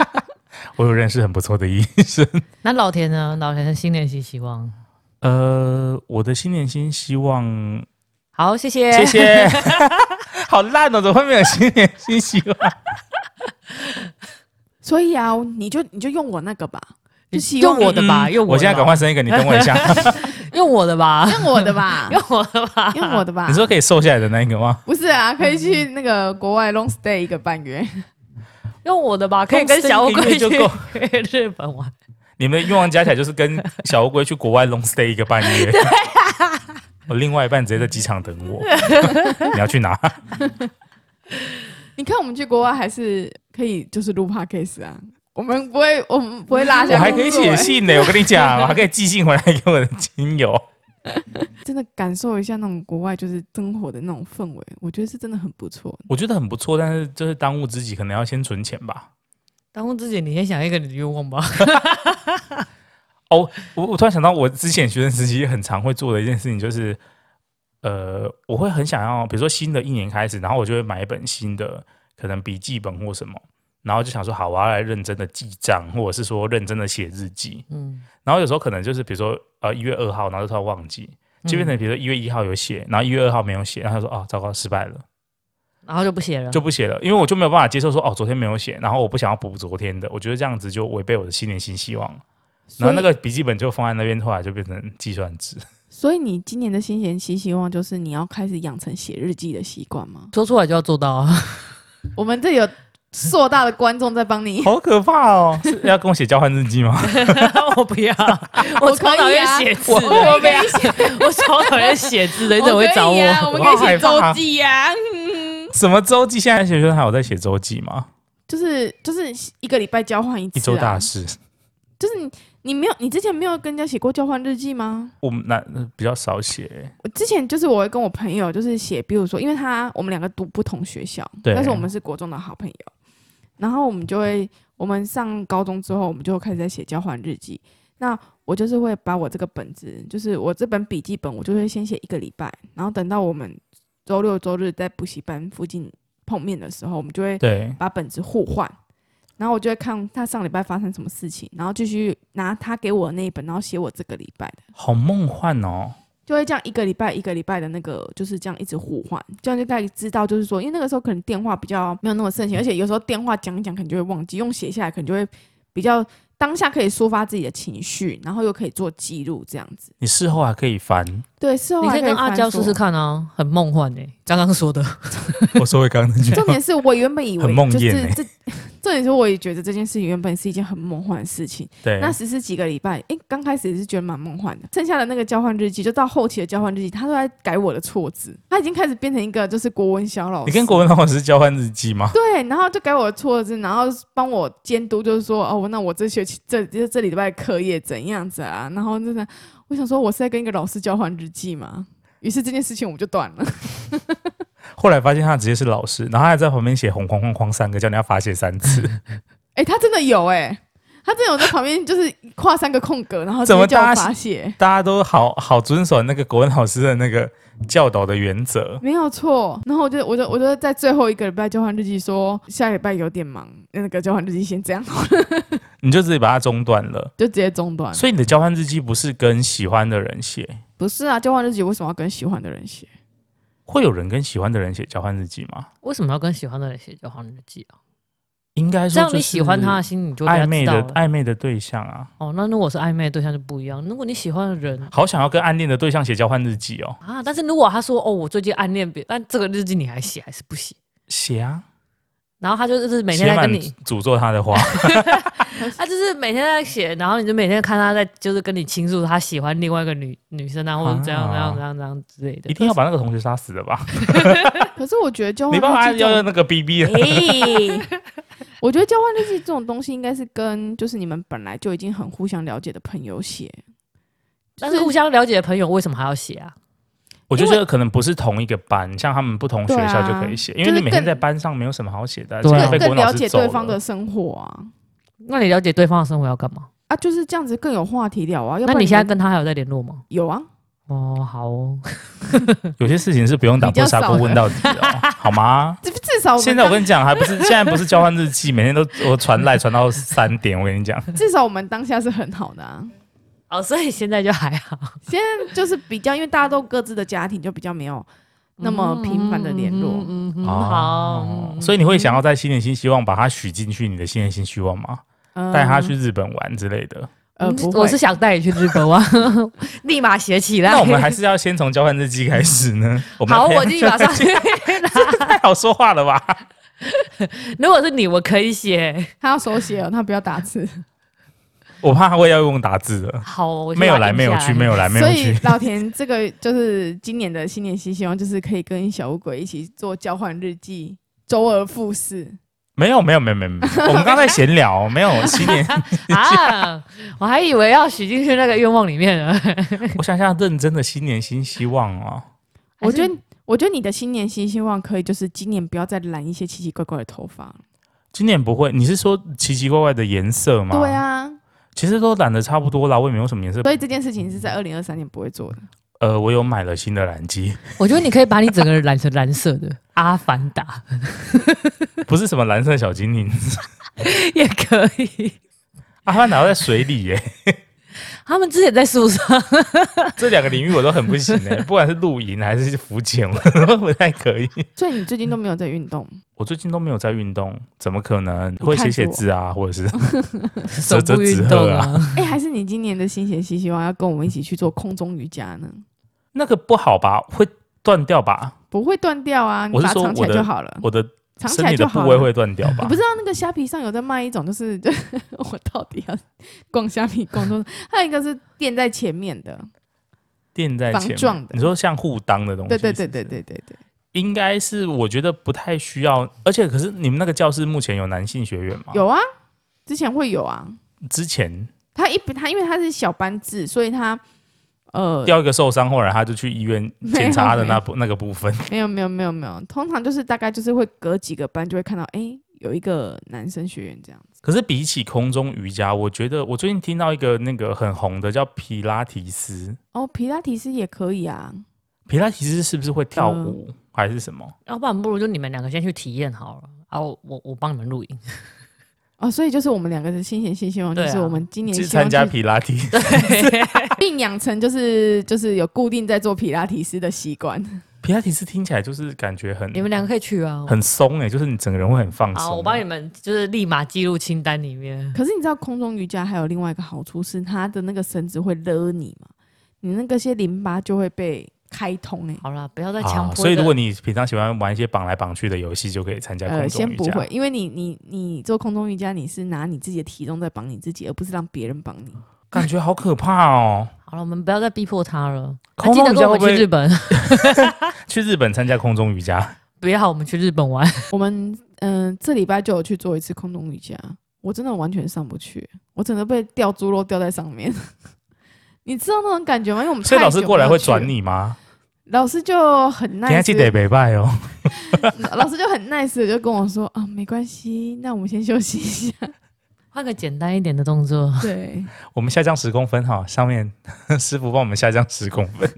Speaker 1: 我有认识很不错的医生，
Speaker 2: 那老田呢？老田的新年新希望。
Speaker 1: 呃，我的新年新希望，
Speaker 2: 好，谢谢，
Speaker 1: 谢。谢， 好烂哦，怎么会没有新年新希望？
Speaker 3: 所以啊，你就你就用我那个吧，就希望
Speaker 2: 用我的吧，
Speaker 1: 嗯
Speaker 2: 用我的吧
Speaker 1: 我现在赶快，生一个，你等我一下。
Speaker 2: 用我的吧，
Speaker 3: 用我的吧，
Speaker 2: 用我的吧，
Speaker 3: 用我的吧。
Speaker 1: 你说可以瘦下来的那一个吗？
Speaker 3: 不是啊？可以去那个国外 long stay 一个半月。
Speaker 2: 用我的吧，可以跟小乌龟去
Speaker 1: 就够
Speaker 2: 日本玩。
Speaker 1: 你们的愿望加起来就是跟小乌龟去国外 long stay 一个半月。我另外一半直接在机场等我。你要去哪？
Speaker 3: 你看我们去国外还是可以，就是录 podcast 啊。我们不会，我们不会落
Speaker 1: 我
Speaker 3: 下工作欸、
Speaker 1: 还可以写信呢、我跟你 讲，我还可以寄信回来给我的亲友。
Speaker 3: 真的感受一下那种国外就是灯火的那种氛围，我觉得是真的很不错。
Speaker 1: 我觉得很不错，但是就是当务之急，可能要先存钱吧。
Speaker 2: 当务之急，你先想一个你的愿望吧。
Speaker 1: 我我突然想到，我之前学生时期很常会做的一件事情就是，呃，我会很想要，比如说新的一年开始，然后我就会买一本新的，可能笔记本或什么，然后就想说，好，我要来认真的记账，或者是说认真的写日记。
Speaker 2: 嗯，
Speaker 1: 然后有时候可能就是比如说呃一月二号，然后就突然忘记，
Speaker 2: 嗯
Speaker 1: 就
Speaker 3: 嗯
Speaker 1: 变成比如说一月一号有写，然后一月二号没有写，然后他说哦糟糕失败了，
Speaker 2: 然后就不写了，
Speaker 1: 就不写了，因为我就没有办法接受说哦昨天没有写，然后我不想要补昨天的，我觉得这样子就违背我的新年新希望。然
Speaker 3: 所以
Speaker 1: 后那个笔记本就放在那边，后来就变成计算 纸。
Speaker 3: 所以你今年的新年新希望就是你要开始养成写日记的习惯吗？
Speaker 2: 说出来就要做到啊。
Speaker 3: 我们这里有硕大的观众在 帮你，
Speaker 1: 好可怕哦！是要跟我写交换日记吗？
Speaker 2: 我不要，我超讨厌写字
Speaker 3: 我
Speaker 2: 的，
Speaker 3: 我不要写，
Speaker 2: 我超讨厌写字的，你怎么会找
Speaker 3: 可以啊
Speaker 2: 我？
Speaker 3: 我们可以
Speaker 1: 我
Speaker 3: 写
Speaker 1: 好害怕
Speaker 3: 周记呀、啊，
Speaker 1: 什么周记？现在学生还有在写周记吗？
Speaker 3: 就是就是一个礼拜交换一次、啊，
Speaker 1: 一周大事，
Speaker 3: 就是你你没有你之前没有跟人家写过交换日记吗？
Speaker 1: 我们那那比较少写。
Speaker 3: 我之前就是我会跟我朋友就是写，比如说，因为他我们两个读不同学校，
Speaker 1: 对
Speaker 3: 但是我们是国中的好朋友，然后我们就会我们上高中之后，我们就开始在写交换日记。那我就是会把我这个本子，就是我这本笔记本，我就会先写一个礼拜，然后等到我们周六周日在补习班附近碰面的时候，我们就会
Speaker 1: 对，
Speaker 3: 把本子互换，然后我就会看他上礼拜发生什么事情，然后继续拿他给我的那一本，然后写我这个礼拜的。
Speaker 1: 好梦幻哦。
Speaker 3: 就会这样一个礼拜一个礼拜的那个，就是这样一直互换，这样就大概知道，就是说，因为那个时候可能电话比较没有那么盛行，而且有时候电话讲一讲可能就会忘记，用写下来可能就会比较当下可以抒发自己的情绪，然后又可以做记录这样子。
Speaker 1: 你事后还可以翻，
Speaker 3: 对，事后
Speaker 2: 哦你可
Speaker 3: 还
Speaker 2: 以跟阿
Speaker 3: 翻
Speaker 2: 娇试
Speaker 3: 说
Speaker 2: 试看啊，很梦幻哎。刚刚说的，
Speaker 1: 我收回刚刚那句 话。
Speaker 3: 重点是我原本以为
Speaker 1: 很梦
Speaker 3: 就是
Speaker 1: 魇欸
Speaker 3: 这，重点是我也觉得这件事情原本是一件很梦幻的事情。
Speaker 1: 对，
Speaker 3: 那实施几个礼拜，诶，刚开始也是觉得蛮梦幻的。剩下的那个交换日记，就到后期的交换日记，他都在改我的错字，他已经开始变成一个就是国文小老师。
Speaker 1: 你跟国文老师交换日记吗？
Speaker 3: 对，然后就改我的错字，然后帮我监督，就是说哦，那我这学期这这这礼拜的课业怎样子啊？然后真的，我想说我是在跟一个老师交换日记嘛。于是这件事情我们就断了。
Speaker 1: 后来发现他直接是老师，然后他还在旁边写红框框框三个，叫你要罚写三次。
Speaker 3: 诶，他真的有诶，他真的有在旁边就是跨三个空格，然后直
Speaker 1: 怎么
Speaker 3: 接叫
Speaker 1: 大
Speaker 3: 我
Speaker 1: 家
Speaker 3: 罚写，
Speaker 1: 大家都好好遵守那个国文老师的那个教导的原则。
Speaker 3: 没有错。然后我就我就我就在最后一个礼拜交换日记说下礼拜有点忙，那个交换日记先这样，
Speaker 1: 你就自己把它中断了。
Speaker 3: 就直接中
Speaker 2: 哎
Speaker 3: 断。
Speaker 1: 所以你的交换日记不是跟喜欢的人写，
Speaker 3: 不是啊，交换日记为什么要跟喜欢的人写？
Speaker 1: 会有人跟喜欢的人写交换日记吗？
Speaker 2: 为什么要跟喜欢的人写交换日记啊？
Speaker 1: 应该
Speaker 2: 这
Speaker 1: 说
Speaker 2: 样
Speaker 1: 就
Speaker 2: 你
Speaker 1: 是
Speaker 2: 喜欢他的哎心，你就大家
Speaker 1: 暧昧
Speaker 2: 知道
Speaker 1: 的
Speaker 2: 了。
Speaker 1: 暧昧的对象啊，
Speaker 2: 哦，那如果是暧昧的对象就不一样。如果你喜欢的人
Speaker 1: 好想要跟暗恋的对象写交换日记哦，
Speaker 2: 啊，但是如果他说哦，我最近暗恋别，但这个日记你还写还是不写？
Speaker 1: 写啊，
Speaker 2: 然后他就是每天
Speaker 1: 写
Speaker 2: 在
Speaker 1: 满
Speaker 2: 跟你，
Speaker 1: 诅咒他的 话，
Speaker 2: 他啊就是每天在写，然后你就每天看他在就是跟你倾诉他喜欢另外一个女女生啊，或者怎样怎样怎样怎样之类的。
Speaker 1: 一定要把那个同学杀死了吧？
Speaker 3: 可是我觉得交
Speaker 1: 你
Speaker 3: 换
Speaker 1: 爸爸
Speaker 3: 哦日记这
Speaker 1: 要
Speaker 3: 种
Speaker 1: 用那个啊 BB 了，
Speaker 2: 哎，
Speaker 3: 我觉得交换日记这种东西，应该是跟就是你们本来就已经很互相了解的朋友写，
Speaker 2: 但是互相了解的朋友为什么还要写啊？
Speaker 1: 我觉得
Speaker 3: 因为
Speaker 1: 这个可能不是同一个班，像他们不同学校就可以写，
Speaker 3: 对啊
Speaker 1: 因为你每天
Speaker 3: 就是更
Speaker 1: 在班上没有什么好写的啊，
Speaker 2: 对啊
Speaker 1: 这个被
Speaker 3: 更
Speaker 1: 国
Speaker 3: 更
Speaker 1: 文老
Speaker 3: 了
Speaker 1: 师
Speaker 3: 解
Speaker 1: 揍
Speaker 3: 对方
Speaker 1: 了
Speaker 3: 的生活啊
Speaker 2: 那你了解对方的生活要干嘛？
Speaker 3: 啊，就是这样子更有话题聊啊。要不
Speaker 2: 那
Speaker 3: 然
Speaker 2: 你
Speaker 3: 你
Speaker 2: 现在
Speaker 3: 们
Speaker 2: 跟他还有在联络吗？
Speaker 3: 有啊？
Speaker 2: 哦，好哦，
Speaker 1: 有些事情是不用打破砂锅问到底的哦，好吗？
Speaker 3: 至至哦少我们
Speaker 1: 现在我
Speaker 3: 当
Speaker 1: 跟你讲，还不是现在不是交换日记，每天都我传赖传到三点，我跟你讲，
Speaker 3: 至少我们当下是很好的啊。
Speaker 2: 哦，所以现在就还好，
Speaker 3: 现在就是比较，因为大家都各自的家庭，就比较没有那
Speaker 2: 哦
Speaker 3: 么频繁的联络。
Speaker 2: 嗯嗯，好
Speaker 1: 哦，所以你会想要在新年新希望把它许进去你的新年新希望吗？
Speaker 3: 嗯
Speaker 1: 带他去日本玩之类的。
Speaker 3: 呃，
Speaker 2: 嗯
Speaker 3: 不会
Speaker 2: 我是想带你去日本 哇，立马写起来。
Speaker 1: 那我们还是要先从交换日记开始呢。我们
Speaker 2: 好，我
Speaker 1: 就
Speaker 2: 立马上去。
Speaker 1: 太好说话了吧？
Speaker 2: 如果是你，我可以写。
Speaker 3: 他要手写哦，他不要 打字。
Speaker 1: 我怕他会要用打字的。
Speaker 2: 好，我
Speaker 1: 没有来，没有去，没
Speaker 2: 有。
Speaker 1: 有来，没有
Speaker 3: 所以
Speaker 1: 去。
Speaker 3: 老田这个就是今年的新年新希望，就是可以跟小乌龟一起做交换日记，周而复始。
Speaker 1: 没有，没有，没有，没有。没有我们刚才闲聊，没有新年。
Speaker 2: 啊，我还以为要许进去那个愿望里面了。
Speaker 1: 我想想，认真的新年新希望哦。
Speaker 3: 我觉得，我觉得你的新年新希望可以就是今年不要再染一些奇奇怪怪的头发了。
Speaker 1: 今年不会，你是说奇奇怪怪的颜色吗？
Speaker 3: 对，啊，
Speaker 1: 其实都染的差不多啦，我也没有什么颜色。
Speaker 3: 所以这件事情是在二零二三年不会做的。
Speaker 1: 呃，我有买了新的染机，
Speaker 2: 我觉得你可以把你整个人染成蓝色的阿凡达
Speaker 1: 不是什么蓝色小精灵，
Speaker 2: 也可以。
Speaker 1: 阿凡达在水里耶。
Speaker 2: 他们之前在树上，
Speaker 1: 这两个领域我都很不行哎、 不管是露营还是浮潜，我 都不太可以。
Speaker 3: 所以你最近都没有在运动，
Speaker 1: 我最近都没有在运动，怎么可能
Speaker 3: 看
Speaker 1: 会写写字啊，或者是
Speaker 2: 手
Speaker 1: 折折
Speaker 2: 部
Speaker 1: 纸
Speaker 2: 运
Speaker 1: 鹤
Speaker 2: 动
Speaker 1: 啊？
Speaker 2: 啊。
Speaker 3: 哎、还是你今年的新年新希望要跟我们一起去做空中瑜伽呢？
Speaker 1: 那个不好吧？会断掉吧？
Speaker 3: 不会断掉啊，你
Speaker 1: 我是
Speaker 3: 把它
Speaker 1: 说
Speaker 3: 藏起
Speaker 1: 我
Speaker 3: 来
Speaker 1: 的
Speaker 3: 就好了，
Speaker 1: 我的
Speaker 3: 藏起
Speaker 1: 身
Speaker 3: 来
Speaker 1: 体
Speaker 3: 就
Speaker 1: 的
Speaker 3: 好
Speaker 1: 部位
Speaker 3: 了。
Speaker 1: 会断掉
Speaker 3: 你
Speaker 1: 吧
Speaker 3: 不？知道那个虾皮上有在卖一种，就是 我到底要逛虾皮逛多少？还有一个是垫在前面的，
Speaker 1: 垫在
Speaker 3: 防
Speaker 1: 前
Speaker 3: 撞
Speaker 1: 面
Speaker 3: 的，
Speaker 1: 你说像护裆的东西，
Speaker 3: 对对
Speaker 1: 是
Speaker 3: 对
Speaker 1: 不
Speaker 3: 对
Speaker 1: 是，
Speaker 3: 对对对，
Speaker 1: 应该是我觉得不太需要。而且可是你们那个教室目前有男性学员吗？，
Speaker 3: 有啊，之前会有啊。
Speaker 1: 之前
Speaker 3: 他一他因为他是小班制，所以他呃
Speaker 1: 掉一个受伤，后来他就去医 院 检查他的那部那个部分。
Speaker 3: 没有没有没有没有，通常就是大概就是会隔几个班就会看到，哎、有一个男生学员这样子。
Speaker 1: 可是比起空中瑜伽，我觉得我最近听到一个那个很红的叫皮拉提斯，
Speaker 3: 哦，皮拉提斯也可以啊，
Speaker 1: 皮拉提斯是不是会跳舞、
Speaker 2: 嗯
Speaker 1: 还是什么？
Speaker 2: 要不然不如就你们两个先去体验好了啊，我我我帮你们录 影。
Speaker 3: 哦，所以就是我们两个的新年新希望，就
Speaker 2: 对啊
Speaker 3: 是我们今年
Speaker 1: 去
Speaker 3: 希望
Speaker 1: 参加
Speaker 3: 去
Speaker 1: 皮拉 提，
Speaker 3: 并养成就是就是有固定在做皮拉提斯的习惯。
Speaker 1: 皮拉提斯听起来就是感觉很
Speaker 2: 你们两个可以去啊。
Speaker 1: 很松哎、就是你整个人会很放松。啊
Speaker 2: 好，我帮你们就是立马记入清单里面。
Speaker 3: 可是你知道空中瑜伽还有另外一个好处是，它的那个绳子会勒你嘛，你那个些淋巴就会被开通哎、
Speaker 2: 好啦，不要再强
Speaker 1: 啊，
Speaker 2: 迫一个、
Speaker 1: 所以如果你平常喜欢玩一些绑来绑去的游戏，就可以参加空中
Speaker 3: 呃，先
Speaker 1: 瑜
Speaker 3: 不
Speaker 1: 伽。
Speaker 3: 会，因为你你你做空中瑜伽，你是拿你自己的体重在绑你自己，而不是让别人绑你。
Speaker 1: 感觉好可怕哦！
Speaker 2: 好了，我们不要再逼迫他了。他
Speaker 1: 空
Speaker 2: 啊
Speaker 1: 中瑜
Speaker 2: 记得跟
Speaker 1: 伽会
Speaker 2: 我们
Speaker 1: 不
Speaker 2: 去日啊
Speaker 1: 会
Speaker 2: 本，
Speaker 1: 去日本参加空中瑜伽？
Speaker 2: 不要我们去日本玩。
Speaker 3: 我们嗯、呃这礼拜就有去做一次空中瑜伽，我真的完全上不去，我整个被吊猪肉吊在上面。 你知道那种感觉吗？因为我们
Speaker 1: 所以
Speaker 3: 太
Speaker 1: 老师
Speaker 3: 久
Speaker 1: 过来
Speaker 3: 没有
Speaker 1: 会
Speaker 3: 去
Speaker 1: 转
Speaker 3: 了，
Speaker 1: 你吗？
Speaker 3: 老师就很
Speaker 1: 今天记
Speaker 3: nice，
Speaker 1: 得北拜哦。
Speaker 3: 老师就很 nice 的就跟我说啊，没关系，那我们先休息 一下。
Speaker 2: 换个简单一点的动作，
Speaker 3: 对，
Speaker 1: 我们下降十公分哈，上面 师傅帮我们下降十公分。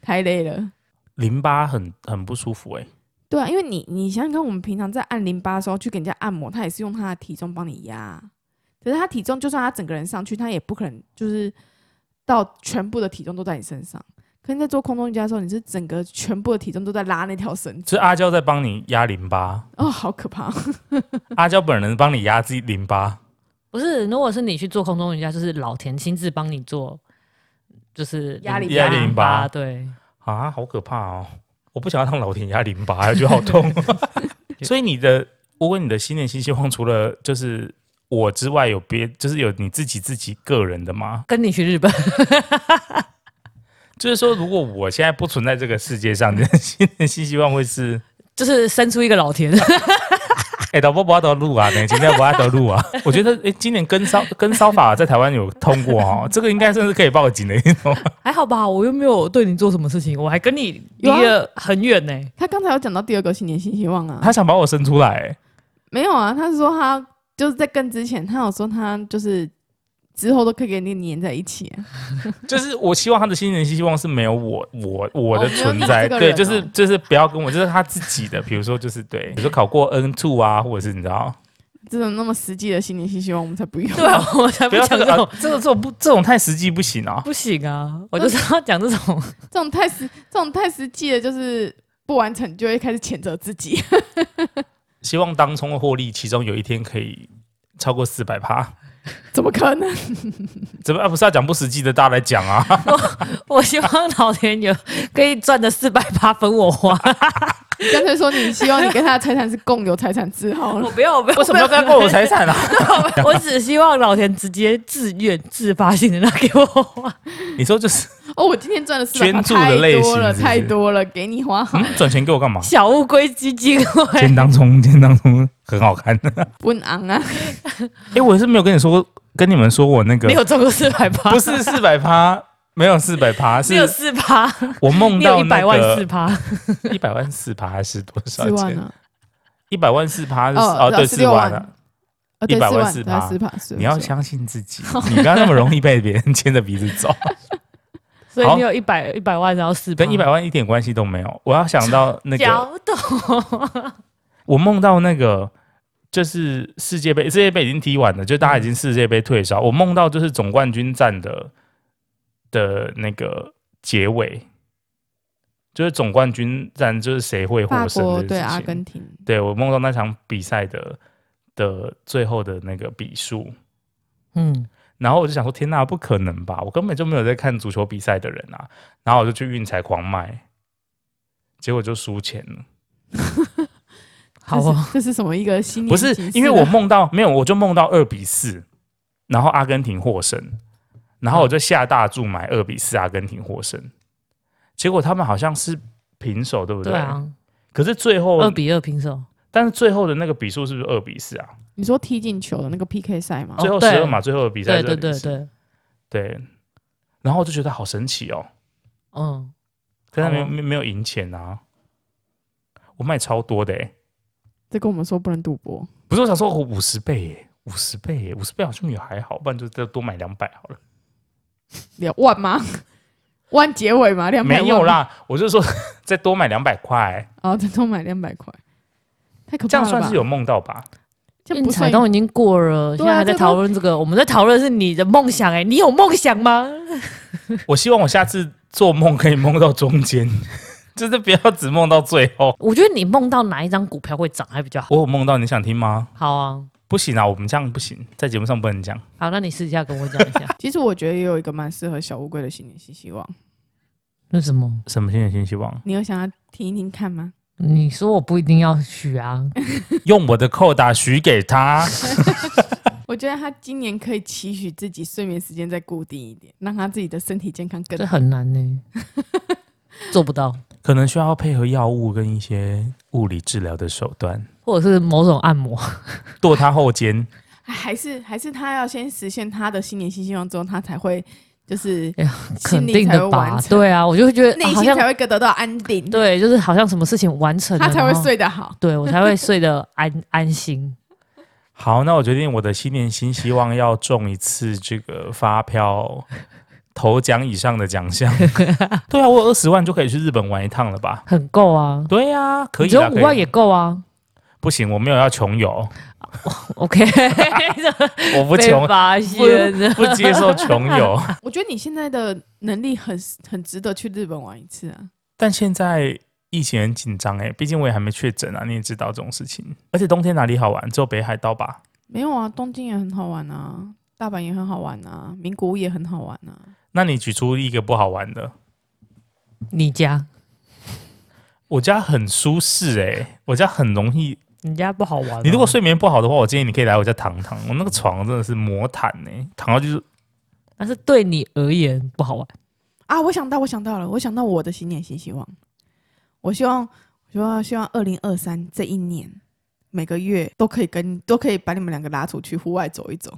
Speaker 3: 太累了。
Speaker 1: 淋巴很很不舒服哎、
Speaker 3: 对啊，因为你你想想看，我们平常在按淋巴的时候去给人家按摩，他也是用他的体重帮你压，可是他体重就算他整个人上去，他也不可能就是到全部的体重都在你身上。可是你在做空中瑜伽的时候，你是整个全部的体重都在拉那条绳子，
Speaker 1: 所以阿娇在帮你压淋巴，
Speaker 3: 哦，好可怕！
Speaker 1: 阿娇本人帮你压自己淋巴，
Speaker 2: 不是？如果是你去做空中瑜伽，就是老田亲自帮你做，就是
Speaker 3: 压力
Speaker 1: 压力吧
Speaker 2: 对，
Speaker 1: 啊，好可怕哦！我不想要让老田压淋巴，我觉得好 痛。所以你的，我问你的新年新希望，除了就是我之外，有别就是有你自己自己个人的吗？
Speaker 2: 跟你去日本，
Speaker 1: 就是说，如果我现在不存在这个世界上，你 的新年新希望会是？
Speaker 2: 就是生出一个老田。
Speaker 1: 哎、导播不要得录啊，呢，今天不要得录 啊。我觉得，哎、今年跟骚跟骚法在台湾有通过 哦，这个应该算是可以报警的一种。
Speaker 2: 还好吧，我又没有对你做什么事情，我还跟你离
Speaker 3: 有啊
Speaker 2: 得很远呢、
Speaker 3: 他刚才有讲到第二个新年新希望啊，
Speaker 1: 他想把我生出来、欸
Speaker 3: 没有啊，他是说他就是在更之前，他有说他就是之后都可以跟你粘在一起、啊，
Speaker 1: 就是我希望他的新年希望是没有我我我的存在，
Speaker 3: 哦没有你这个人哦
Speaker 1: 对，就是就是不要跟我，就是他自己的，比如说就是对，比如说考过 N two 啊，或者是你知道，
Speaker 3: 这种那么实际的新年新希望，我们才不用。
Speaker 2: 对啊，我才不
Speaker 1: 不要
Speaker 2: 讲
Speaker 1: 这
Speaker 2: 这
Speaker 1: 个、
Speaker 2: 种
Speaker 1: 啊，这个这种不这种太实际不行啊。
Speaker 2: 不行啊，我就是要讲这种。
Speaker 3: 这种太实，这种太实际的，就是不完成就会开始谴责自己。
Speaker 1: 希望当冲的获利，其中有一天可以超过四百趴，
Speaker 3: 怎么可能？
Speaker 1: 怎么啊？不是要讲不实际的，大家来讲啊。
Speaker 2: 我希望老田有可以赚的四百八分我花，
Speaker 3: 你干脆说你希望你跟他的财产是共有财产制好
Speaker 2: 我
Speaker 3: 了。
Speaker 2: 不要，我不要，
Speaker 1: 为什么要跟他共有财产啊？
Speaker 2: 我我只希望老田直接自愿自发性的拿给我花，
Speaker 1: 你说就是
Speaker 3: 哦，我今天赚了四百，
Speaker 1: 捐助的类
Speaker 3: 太
Speaker 1: 型
Speaker 3: 多了，
Speaker 1: 是不是
Speaker 3: 太多了，给你花好。
Speaker 1: 嗯，转钱给我干嘛？
Speaker 2: 小乌龟基金
Speaker 1: 今
Speaker 2: 会。
Speaker 1: 当冲，今当冲很好看。
Speaker 3: 温昂啊，
Speaker 1: 哎、我是没有跟你说过，跟你们说我那个
Speaker 2: 没有中过四百 八，
Speaker 1: 不是四百趴，没有四百趴，
Speaker 2: 没有
Speaker 1: 是
Speaker 2: 四趴，
Speaker 1: 我梦
Speaker 2: 你有
Speaker 1: 到
Speaker 2: 一
Speaker 1: 那
Speaker 2: 百
Speaker 1: 个
Speaker 2: 万四趴，
Speaker 1: 一百万四趴还是多少
Speaker 3: 四万
Speaker 1: 钱？
Speaker 3: 啊，
Speaker 1: 一百万四趴是
Speaker 3: 哦
Speaker 1: 哦，对，
Speaker 3: 16
Speaker 1: 四万
Speaker 3: 万
Speaker 1: 啊！
Speaker 3: 啊对，
Speaker 1: 100
Speaker 3: 四
Speaker 1: 万
Speaker 3: 万，
Speaker 1: 四
Speaker 3: 对
Speaker 1: 趴
Speaker 3: 四趴，四
Speaker 1: 你要
Speaker 3: 四
Speaker 1: 相信自己，你不要那么容易被别人牵着鼻子走，
Speaker 2: 所以
Speaker 1: 好
Speaker 2: 你有一百一百万，然后四趴，
Speaker 1: 跟一百万一点关系都没有。我要想到那 个，
Speaker 2: 脚抖。
Speaker 1: 我梦到那个。就是世界杯，世界杯已经踢完了，就大家
Speaker 3: 嗯
Speaker 1: 已经世界杯退烧。我梦到就是总冠军战的的那个结尾，就是总冠军战，就是谁会获
Speaker 3: 法
Speaker 1: 胜这
Speaker 3: 国
Speaker 1: 件
Speaker 3: 对
Speaker 1: 事
Speaker 3: 阿
Speaker 1: 情
Speaker 3: 根廷，
Speaker 1: 对我梦到那场比赛的的最后的那个比数，
Speaker 2: 嗯，
Speaker 1: 然后我就想说，天呐，不可能吧！我根本就没有在看足球比赛的人啊。然后我就去运彩狂卖，结果就输钱了。
Speaker 2: 好
Speaker 3: 这
Speaker 2: 哦，
Speaker 3: 是这是什么一个新年？
Speaker 1: 啊不是因为
Speaker 2: 啊
Speaker 1: 我梦到没有，我就梦到二比四，然后阿根廷获胜，然后
Speaker 2: 嗯
Speaker 1: 我就下大注买二比四阿根廷获胜，结果他们好像是平手，对不哦
Speaker 2: 对啊，
Speaker 1: 可是最
Speaker 2: 二
Speaker 1: 后，
Speaker 2: 比二平手，
Speaker 1: 但是最后的那个比数是不是二比四啊？
Speaker 3: 你说踢进球的那个 PK 赛嘛，
Speaker 1: 最后十
Speaker 2: 哦对
Speaker 1: 二码，最后的比赛
Speaker 2: 对
Speaker 1: 是2
Speaker 2: 对
Speaker 1: 比
Speaker 2: 对
Speaker 1: 4
Speaker 2: 对，
Speaker 1: 对，然后我就觉得好神奇哦，
Speaker 2: 嗯，
Speaker 1: 可是他没有
Speaker 2: 好哦
Speaker 1: 没没有赢钱啊，我卖超多的哎、
Speaker 3: 这跟我们说不能赌博，
Speaker 1: 不是我想说我五十倍耶、五十倍耶、五十倍好像也还好，不然就再多买两百好了。
Speaker 3: 两万吗？ 万结尾吗？两百
Speaker 1: 没有，啦，我就说 再多买两百块，
Speaker 3: 哦，这都买两百块，太可怕了吧
Speaker 1: 这样算是有梦到吧？
Speaker 3: 这样
Speaker 2: 运
Speaker 3: 不
Speaker 2: 彩
Speaker 3: 算
Speaker 2: 都已经过了，现
Speaker 3: 对啊
Speaker 2: 在还在讨论这个，我们在讨论是你的梦想，哎，你有梦想吗？
Speaker 1: 我希望我下次做梦可以梦到中间， 就是不要只梦到最后。
Speaker 2: 我觉得你梦到哪一张股票会涨还比较好。
Speaker 1: 我有梦到，你想听吗？
Speaker 2: 好啊，
Speaker 1: 不行啊，我们这样不行，在节目上不能讲。
Speaker 2: 好，那你私底下跟我讲一下。
Speaker 3: 其实我觉得也有一个蛮适合小乌龟的新年新希望，
Speaker 2: 那什么？
Speaker 1: 什么新年新希望？
Speaker 3: 你有想要听一听看吗？
Speaker 2: 你说我不一定要许啊？
Speaker 1: 用我的扣打许给他。
Speaker 3: 我觉得他今年可以期许自己睡眠时间再固定一点，让他自己的身体健康更
Speaker 2: 这很难呢、 做不到，
Speaker 1: 可能需要配合药物跟一些物理治疗的手段，
Speaker 2: 或者是某种按摩。
Speaker 1: 剁他后肩。
Speaker 3: 还还是还是他要先实现他的新年新希望之后，他才会就是
Speaker 2: 哎呀，肯
Speaker 3: 心里
Speaker 2: 定
Speaker 3: 才
Speaker 2: 的
Speaker 3: 会
Speaker 2: 吧
Speaker 3: 完？成
Speaker 2: 对啊，我就会觉得、啊
Speaker 3: 内
Speaker 2: 好
Speaker 3: 心
Speaker 2: 像
Speaker 3: 才会得到安定，
Speaker 2: 对，就是好像什么事情完成了，
Speaker 3: 他才会
Speaker 2: 然后，
Speaker 3: 睡得好。
Speaker 2: 对我才会睡得安安心。
Speaker 1: 好，那我决定我的新年新希望要中一次这个发 票头奖以上的奖项。对啊，我有二十万就可以去日本玩一趟了吧？
Speaker 2: 很够啊，
Speaker 1: 对啊，可以
Speaker 2: 只有
Speaker 1: 啦。
Speaker 2: 五万
Speaker 1: 可以
Speaker 2: 也够啊。
Speaker 1: 不行，我没有要穷 游，
Speaker 2: OK，
Speaker 1: 我 不
Speaker 2: 被
Speaker 1: 穷，啊
Speaker 2: 发现了，
Speaker 1: 不接受穷游。
Speaker 3: 我觉得你现在的能力很很值得去日本玩一次啊。
Speaker 1: 但现在疫情很紧张哎，毕竟我也还没确诊啊，你也知道这种事情。而且冬天哪里好玩？只有北海道吧？
Speaker 3: 没有啊，东京也很好玩啊，大阪也很好玩啊，名古屋也很好玩啊。
Speaker 1: 那你举出一个不好玩的。
Speaker 2: 你家
Speaker 1: 我家很舒适哎、我家很容易。
Speaker 2: 你家不好玩啊、
Speaker 1: 你如果睡眠不好的话，我建议你可以来我家躺躺。我那个床真的是魔毯哎、躺到 就是
Speaker 2: 但是对你而言不好玩，
Speaker 3: 啊，我想到，我想到了，我想到我的新年新希望，我希望，我希望，希望二零二三这一年，每个月都可以跟都可以把你们两个拉出去户外走一走，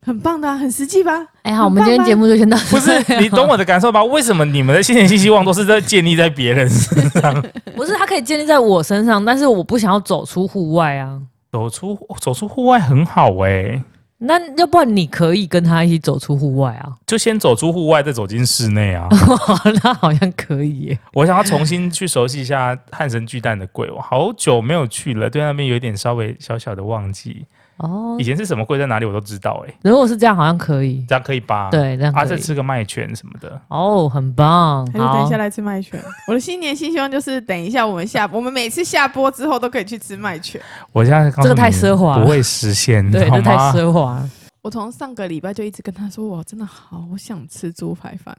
Speaker 3: 很棒的、啊，很实际吧？
Speaker 2: 哎、好，我们今天节目就先到
Speaker 1: 不是你懂我的感受吧？为什么你们的新年新希望都是在建立在别人身 上？
Speaker 2: 不是，它可以建立在我身上，但是我不想要走出户外啊。
Speaker 1: 走出走出户外很好哎、
Speaker 2: 那要不然你可以跟他一起走出户外啊？
Speaker 1: 就先走出户外，再走进室内啊。
Speaker 2: 那好像可以耶。
Speaker 1: 我想要重新去熟悉一下汉神巨蛋的柜，我好久没有去了，对那边有点稍微小小的忘记。
Speaker 2: 哦
Speaker 1: 以，前是什么柜在哪里我都知道哎、
Speaker 2: 如果是这样，好像可以。
Speaker 1: 这样可以吧？，
Speaker 2: 对，这样
Speaker 1: 啊，
Speaker 2: 可
Speaker 1: 再
Speaker 2: 以。
Speaker 1: 吃个麦圈什么的。
Speaker 2: 哦，很棒。
Speaker 3: 还是等一
Speaker 2: 好
Speaker 3: 下，来吃麦犬？我的新年新希望就是等一下我们下，我们每次下播之后都可以去吃麦犬。
Speaker 1: 我现在告诉
Speaker 2: 这个
Speaker 1: 你
Speaker 2: 太奢华了
Speaker 1: 不会实现，
Speaker 2: 对，
Speaker 1: 好
Speaker 2: 这太
Speaker 1: 吗？
Speaker 2: 奢华了。
Speaker 3: 我从上个礼拜就一直跟他说，我真的好想吃猪排饭。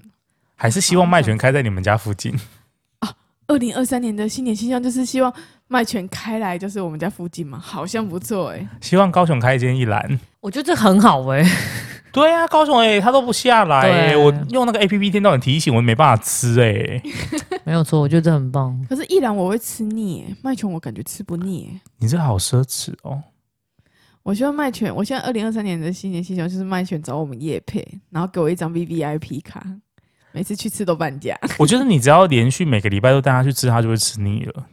Speaker 1: 还是希望麦全开在你们家附近。
Speaker 3: 二零二三年的新年新希望就是希望麦犬开来，就是我们家附近嘛，好像不错哎、
Speaker 1: 希望高雄开一间一兰。
Speaker 2: 我觉得这很好哎、
Speaker 1: 对啊，高雄哎、欸，他都不下来、欸，
Speaker 2: 对
Speaker 1: 我用那个 A P P 天到你提醒，我没办法吃哎、
Speaker 2: 没有错，我觉得这很棒。
Speaker 3: 可是依然我会吃腻、欸，麦犬我感觉吃不腻、欸。
Speaker 1: 你这好奢侈哦。
Speaker 3: 我希望麦犬，我现在二零二三年的新年新希望就是麦犬找我们夜配，然后给我一张 V V I P 卡，每次去吃都半 价。
Speaker 1: 我觉得你只要连续每个礼拜都带他去吃，他就会吃腻了，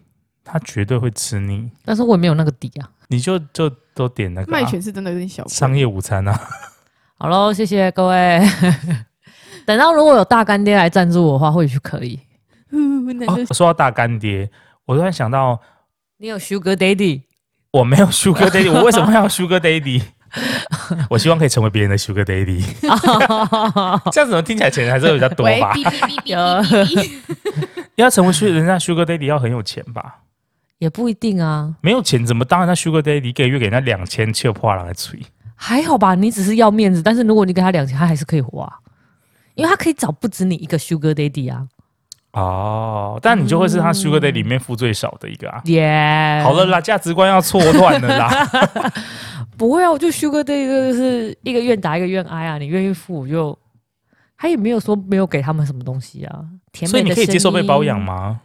Speaker 1: 他绝对会吃腻。
Speaker 2: 但是我也没有那个底啊。
Speaker 1: 你就就都点那个啊、
Speaker 3: 麦犬是真的有点小贵，
Speaker 1: 商业午餐啊，
Speaker 2: 好喽，谢谢各位。 等到如果有大干爹来赞助我的话，或许可以。
Speaker 3: 嗯 那就
Speaker 1: 哦说到大干爹，我突然想到，
Speaker 2: 你有 Sugar Daddy？
Speaker 1: 我没有 Sugar Daddy，我为什么要 Sugar Daddy？我希望可以成为别人的 Sugar Daddy，这样子怎么听起来钱还是会比较多
Speaker 3: 喂
Speaker 1: 吧？
Speaker 3: 哔哔哔
Speaker 2: 有
Speaker 3: 哔哔，
Speaker 1: 要成为去人家 Sugar Daddy 要很有钱吧？
Speaker 2: 也不一定啊，
Speaker 1: 没有钱怎么当人家 Sugar Daddy 一个月给人家两千，切破狼来吹？
Speaker 2: 还好吧。你只是要面子，但是如果你给他两千，他还是可以活啊，因为他可以找不止你一个 Sugar Daddy 啊。
Speaker 1: 哦，但你就会是他 Sugar Daddy 里面付最少的一个啊。
Speaker 2: 耶、
Speaker 1: 好了，啦，价值观要错乱了 啦。
Speaker 2: 不会啊，我就 Sugar Daddy 就是一个愿打一个愿挨啊，你愿意付我就。他也没有说没有给他们什么东西啊，甜
Speaker 1: 所
Speaker 2: 美
Speaker 1: 以
Speaker 2: 的
Speaker 1: 你可以接受被包养
Speaker 2: 吗？
Speaker 1: 吗？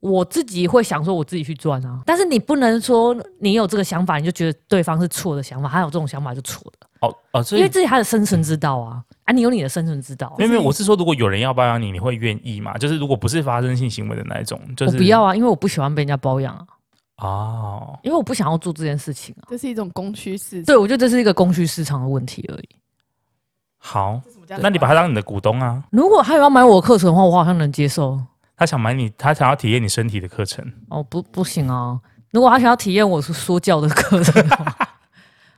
Speaker 2: 我自己会想说我自己去赚啊，但是你不能说你有这个想法，你就觉得对方是错的想法，他有这种想法就错的，
Speaker 1: 哦哦，所
Speaker 2: 因为
Speaker 1: 以
Speaker 2: 这是他的生存之道啊，啊，你有你的生存之道啊、
Speaker 1: 没有没有，我是说，如果有人要包养你，你会愿意吗？就是如果不是发生性行为的那一种，就是
Speaker 2: 我不要啊，因为我不喜欢被人家包养啊，
Speaker 1: 哦。
Speaker 2: 因为我不想要做这件事情啊，
Speaker 3: 这是一种供需市场。
Speaker 2: 对，我觉得这是一个供需市场的问题而已。
Speaker 1: 好，
Speaker 3: 这是我 们家的
Speaker 1: 那你把他当你的股东啊，
Speaker 2: 如果他有要买我的课程的话，我好像能接受
Speaker 1: 他想买你，他想要体验你身体的课程，
Speaker 2: 哦，不不行啊，如果他想要体验我是说教的课程的 话，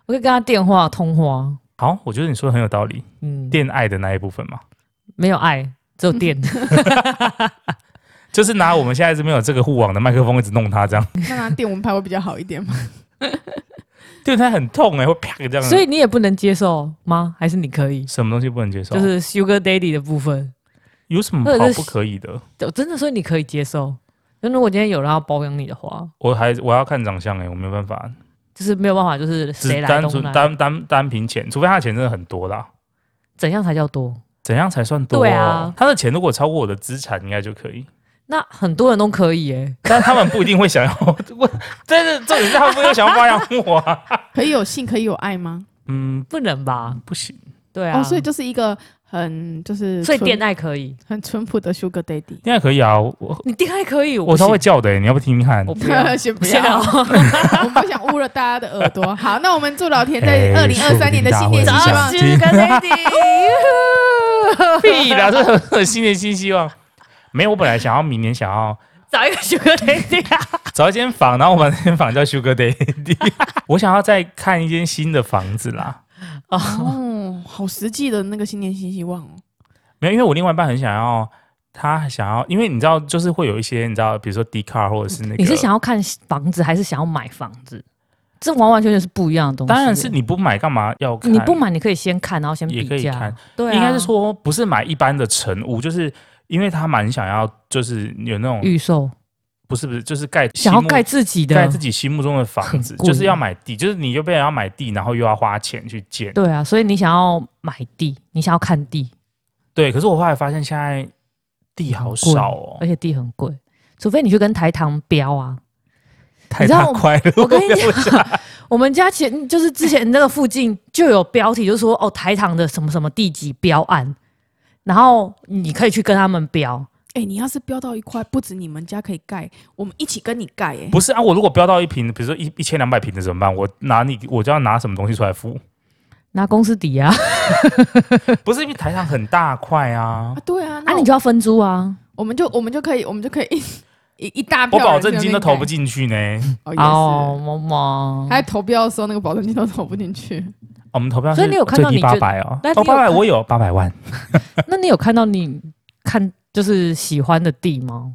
Speaker 2: 我可以跟他电话通话，
Speaker 1: 好，我觉得你说的很有道理，
Speaker 2: 嗯，
Speaker 1: 恋爱的那一部分嘛，
Speaker 2: 没有爱，只有 电，
Speaker 1: 就是拿我们现在这边有这个护网的麦克风一直弄他这样，
Speaker 3: 那拿电蚊拍会比较好一点吗？
Speaker 1: 对他很痛哎、会啪这样，
Speaker 2: 所以你也不能接受吗？还是你可以？
Speaker 1: 什么东西不能接受？
Speaker 2: 就是 Sugar Daddy 的部分，
Speaker 1: 有什么
Speaker 2: 或者
Speaker 1: 好
Speaker 2: 是
Speaker 1: 不可以的？
Speaker 2: 我真的说你可以接受。那如果今天有人要包养你的话，
Speaker 1: 我还我要看长相哎、我没办法，
Speaker 2: 就是没有办法，就是
Speaker 1: 只
Speaker 2: 谁来啊
Speaker 1: 单
Speaker 2: 都
Speaker 1: 纯
Speaker 2: 来，
Speaker 1: 单单单凭钱，除非他的钱真的很多啦。
Speaker 2: 怎样才叫多？
Speaker 1: 怎样才算多？
Speaker 2: 对啊
Speaker 1: 他的钱如果超过我的资产，应该就可以。
Speaker 2: 那很多人都可以耶、
Speaker 1: 但他们不一定会想要， 我真的重点是他们不会想要包养我 啊。
Speaker 3: 可以有性，可以有爱吗？
Speaker 1: 嗯，
Speaker 2: 不能吧？
Speaker 1: 不行，
Speaker 2: 对啊，
Speaker 3: 哦，所以就是一个很就是
Speaker 2: 所以
Speaker 3: 淳
Speaker 2: 恋爱可以，
Speaker 3: 很淳朴的 Sugar Daddy。，
Speaker 1: 应该可以啊。我
Speaker 2: 你恋爱可以，
Speaker 1: 我
Speaker 2: 不
Speaker 1: 超
Speaker 2: 行
Speaker 1: 会叫的、欸，你要不听听看？
Speaker 2: 我不要
Speaker 3: 先不
Speaker 2: 先
Speaker 3: 要，
Speaker 2: 聊
Speaker 3: 我不想污了大家的耳 朵。好，那我们祝老田在
Speaker 1: 哎
Speaker 3: 二零二三年的新年
Speaker 1: 说
Speaker 3: 新
Speaker 1: 不
Speaker 3: 希
Speaker 1: 定大家
Speaker 3: 望
Speaker 1: 会。
Speaker 2: Sugar Daddy，
Speaker 1: 屁啦，这很新年新希望。没有，我本来想要明年想要
Speaker 2: 找一个 Sugar Daddy 啊，
Speaker 1: 找一间房，然后我把那间房叫 Sugar Daddy。我 想要再看一间新的房子啦。
Speaker 3: 哦，好实际的那个新年新希望哦。
Speaker 1: 没有，因为我另外一半很想要，他想要，因为你知道，就是会有一些你知道，比如说 D car 或者是那个，
Speaker 2: 你是想要看房子还是想要买房子？这完完全全是不一样的东西。
Speaker 1: 当然是你不买干嘛要看？
Speaker 2: 你不买，你可以先看，然后先
Speaker 1: 也
Speaker 2: 比
Speaker 1: 可以
Speaker 2: 价
Speaker 1: 看。
Speaker 2: 对啊，
Speaker 1: 应该是说不是买一般的成屋，就是因为他蛮想要，就是有那种
Speaker 2: 预售，
Speaker 1: 不是不是，就是盖
Speaker 2: 嗯想要
Speaker 1: 心目
Speaker 2: 盖自己的，
Speaker 1: 盖自己心目中的房
Speaker 2: 很
Speaker 1: 子，
Speaker 2: 贵
Speaker 1: 就是要买地，就是你又被人要买地，然后又要花钱去建。
Speaker 2: 对啊，所以你想要买地，你想要看地，
Speaker 1: 对，可是我后来发现现在地好少哦
Speaker 2: 而，且地很贵，除非你去跟台糖标啊。
Speaker 1: 太
Speaker 2: 你知
Speaker 1: 大
Speaker 2: 道我
Speaker 1: 块了。
Speaker 2: 我跟你
Speaker 1: 不要
Speaker 2: 讲，我们家前就是之前那个附近就有标题，就说哦台糖的什么什么地级标案，然后你可以去跟他们标，
Speaker 3: 哎，你要是标到一块，不止你们家可以盖，我们一起跟你盖。哎，
Speaker 1: 不是啊，我如果标到一平，比如说一一千两百平的怎么办？我拿你，我就要拿什么东西出来付？
Speaker 2: 拿公司抵押，啊
Speaker 1: 不是因为台上很大块啊
Speaker 3: 啊，，对啊，
Speaker 2: 那
Speaker 3: 那
Speaker 2: 你就要分租啊。
Speaker 3: 我们就我们就可以，我们就可以 一一一大票
Speaker 1: 我
Speaker 3: 人
Speaker 1: 保证金都投不
Speaker 3: 在
Speaker 1: 进去呢。
Speaker 3: 那边盖。
Speaker 2: 哦
Speaker 3: 哦，，
Speaker 2: 么么
Speaker 3: 也是，他在投标的时候，那个保证金都投不进去。
Speaker 1: 我们投票是
Speaker 2: 所以你有看到
Speaker 1: 最低
Speaker 2: 你觉
Speaker 1: 八
Speaker 2: 得
Speaker 1: 百哦，
Speaker 2: 那你
Speaker 1: 哦
Speaker 2: 有
Speaker 1: 八百
Speaker 2: 看
Speaker 1: 我有八百万。
Speaker 2: 那你有看到你看就是喜欢的地吗？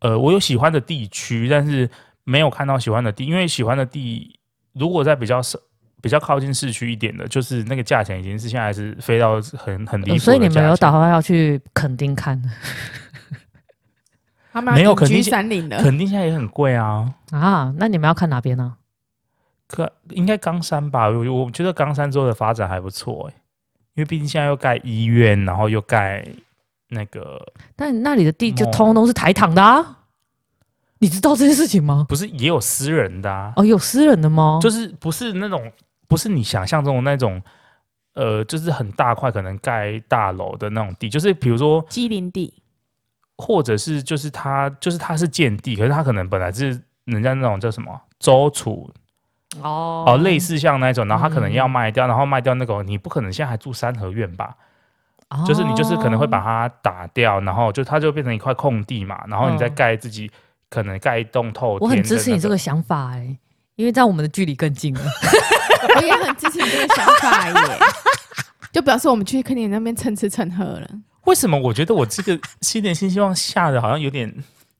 Speaker 1: 呃，我有喜欢的地区，但是没有看到喜欢的地，因为喜欢的地如果在比较市比较靠近市区一点的，就是那个价钱已经是现在是飞到很很离谱、
Speaker 2: 呃
Speaker 1: 的
Speaker 2: 所以你们
Speaker 1: 价
Speaker 2: 有
Speaker 1: 钱
Speaker 2: 打算要去垦丁看
Speaker 3: 他们要
Speaker 1: 没有
Speaker 3: 隐
Speaker 1: 肯定
Speaker 3: 居
Speaker 1: 是
Speaker 3: 山林了。
Speaker 1: 肯定现在也很贵啊。
Speaker 2: 啊？那你们要看哪边啊呢、
Speaker 1: 可应该冈山吧？我我觉得冈山之后的发展还不错、欸，因为毕竟现在又盖医院，然后又盖那个
Speaker 2: 但那里的地就
Speaker 1: 哦
Speaker 2: 通通都是台糖的啊，你知道这件事情吗？
Speaker 1: 不是也有私人的啊，
Speaker 2: 哦，有私人的吗？
Speaker 1: 就是不是那种不是你想象中的那种，呃，就是很大块可能盖大楼的那种地，就是比如说
Speaker 3: 机林地，
Speaker 1: 或者是就是他就是他是建地，可是他可能本来是人家那种叫什么州楚
Speaker 2: 哦
Speaker 1: 哦、类似像那种，然后他可能
Speaker 2: 嗯
Speaker 1: 要卖掉，然后卖掉那个你不可能现在还住三合院吧？
Speaker 2: 哦
Speaker 1: 就是你就是可能会把它打掉，然后就它就变成一块空地嘛，然后你再
Speaker 2: 嗯
Speaker 1: 盖自己、可能盖一栋透天、
Speaker 2: 我很支持你这个，想法哎、因为在我们的距离更近 了。
Speaker 3: 我也很支持你这个想法耶。就表示我们去跟你那边蹭吃蹭喝了。
Speaker 1: 为什么我觉得我这 个新年新希望下的好像有点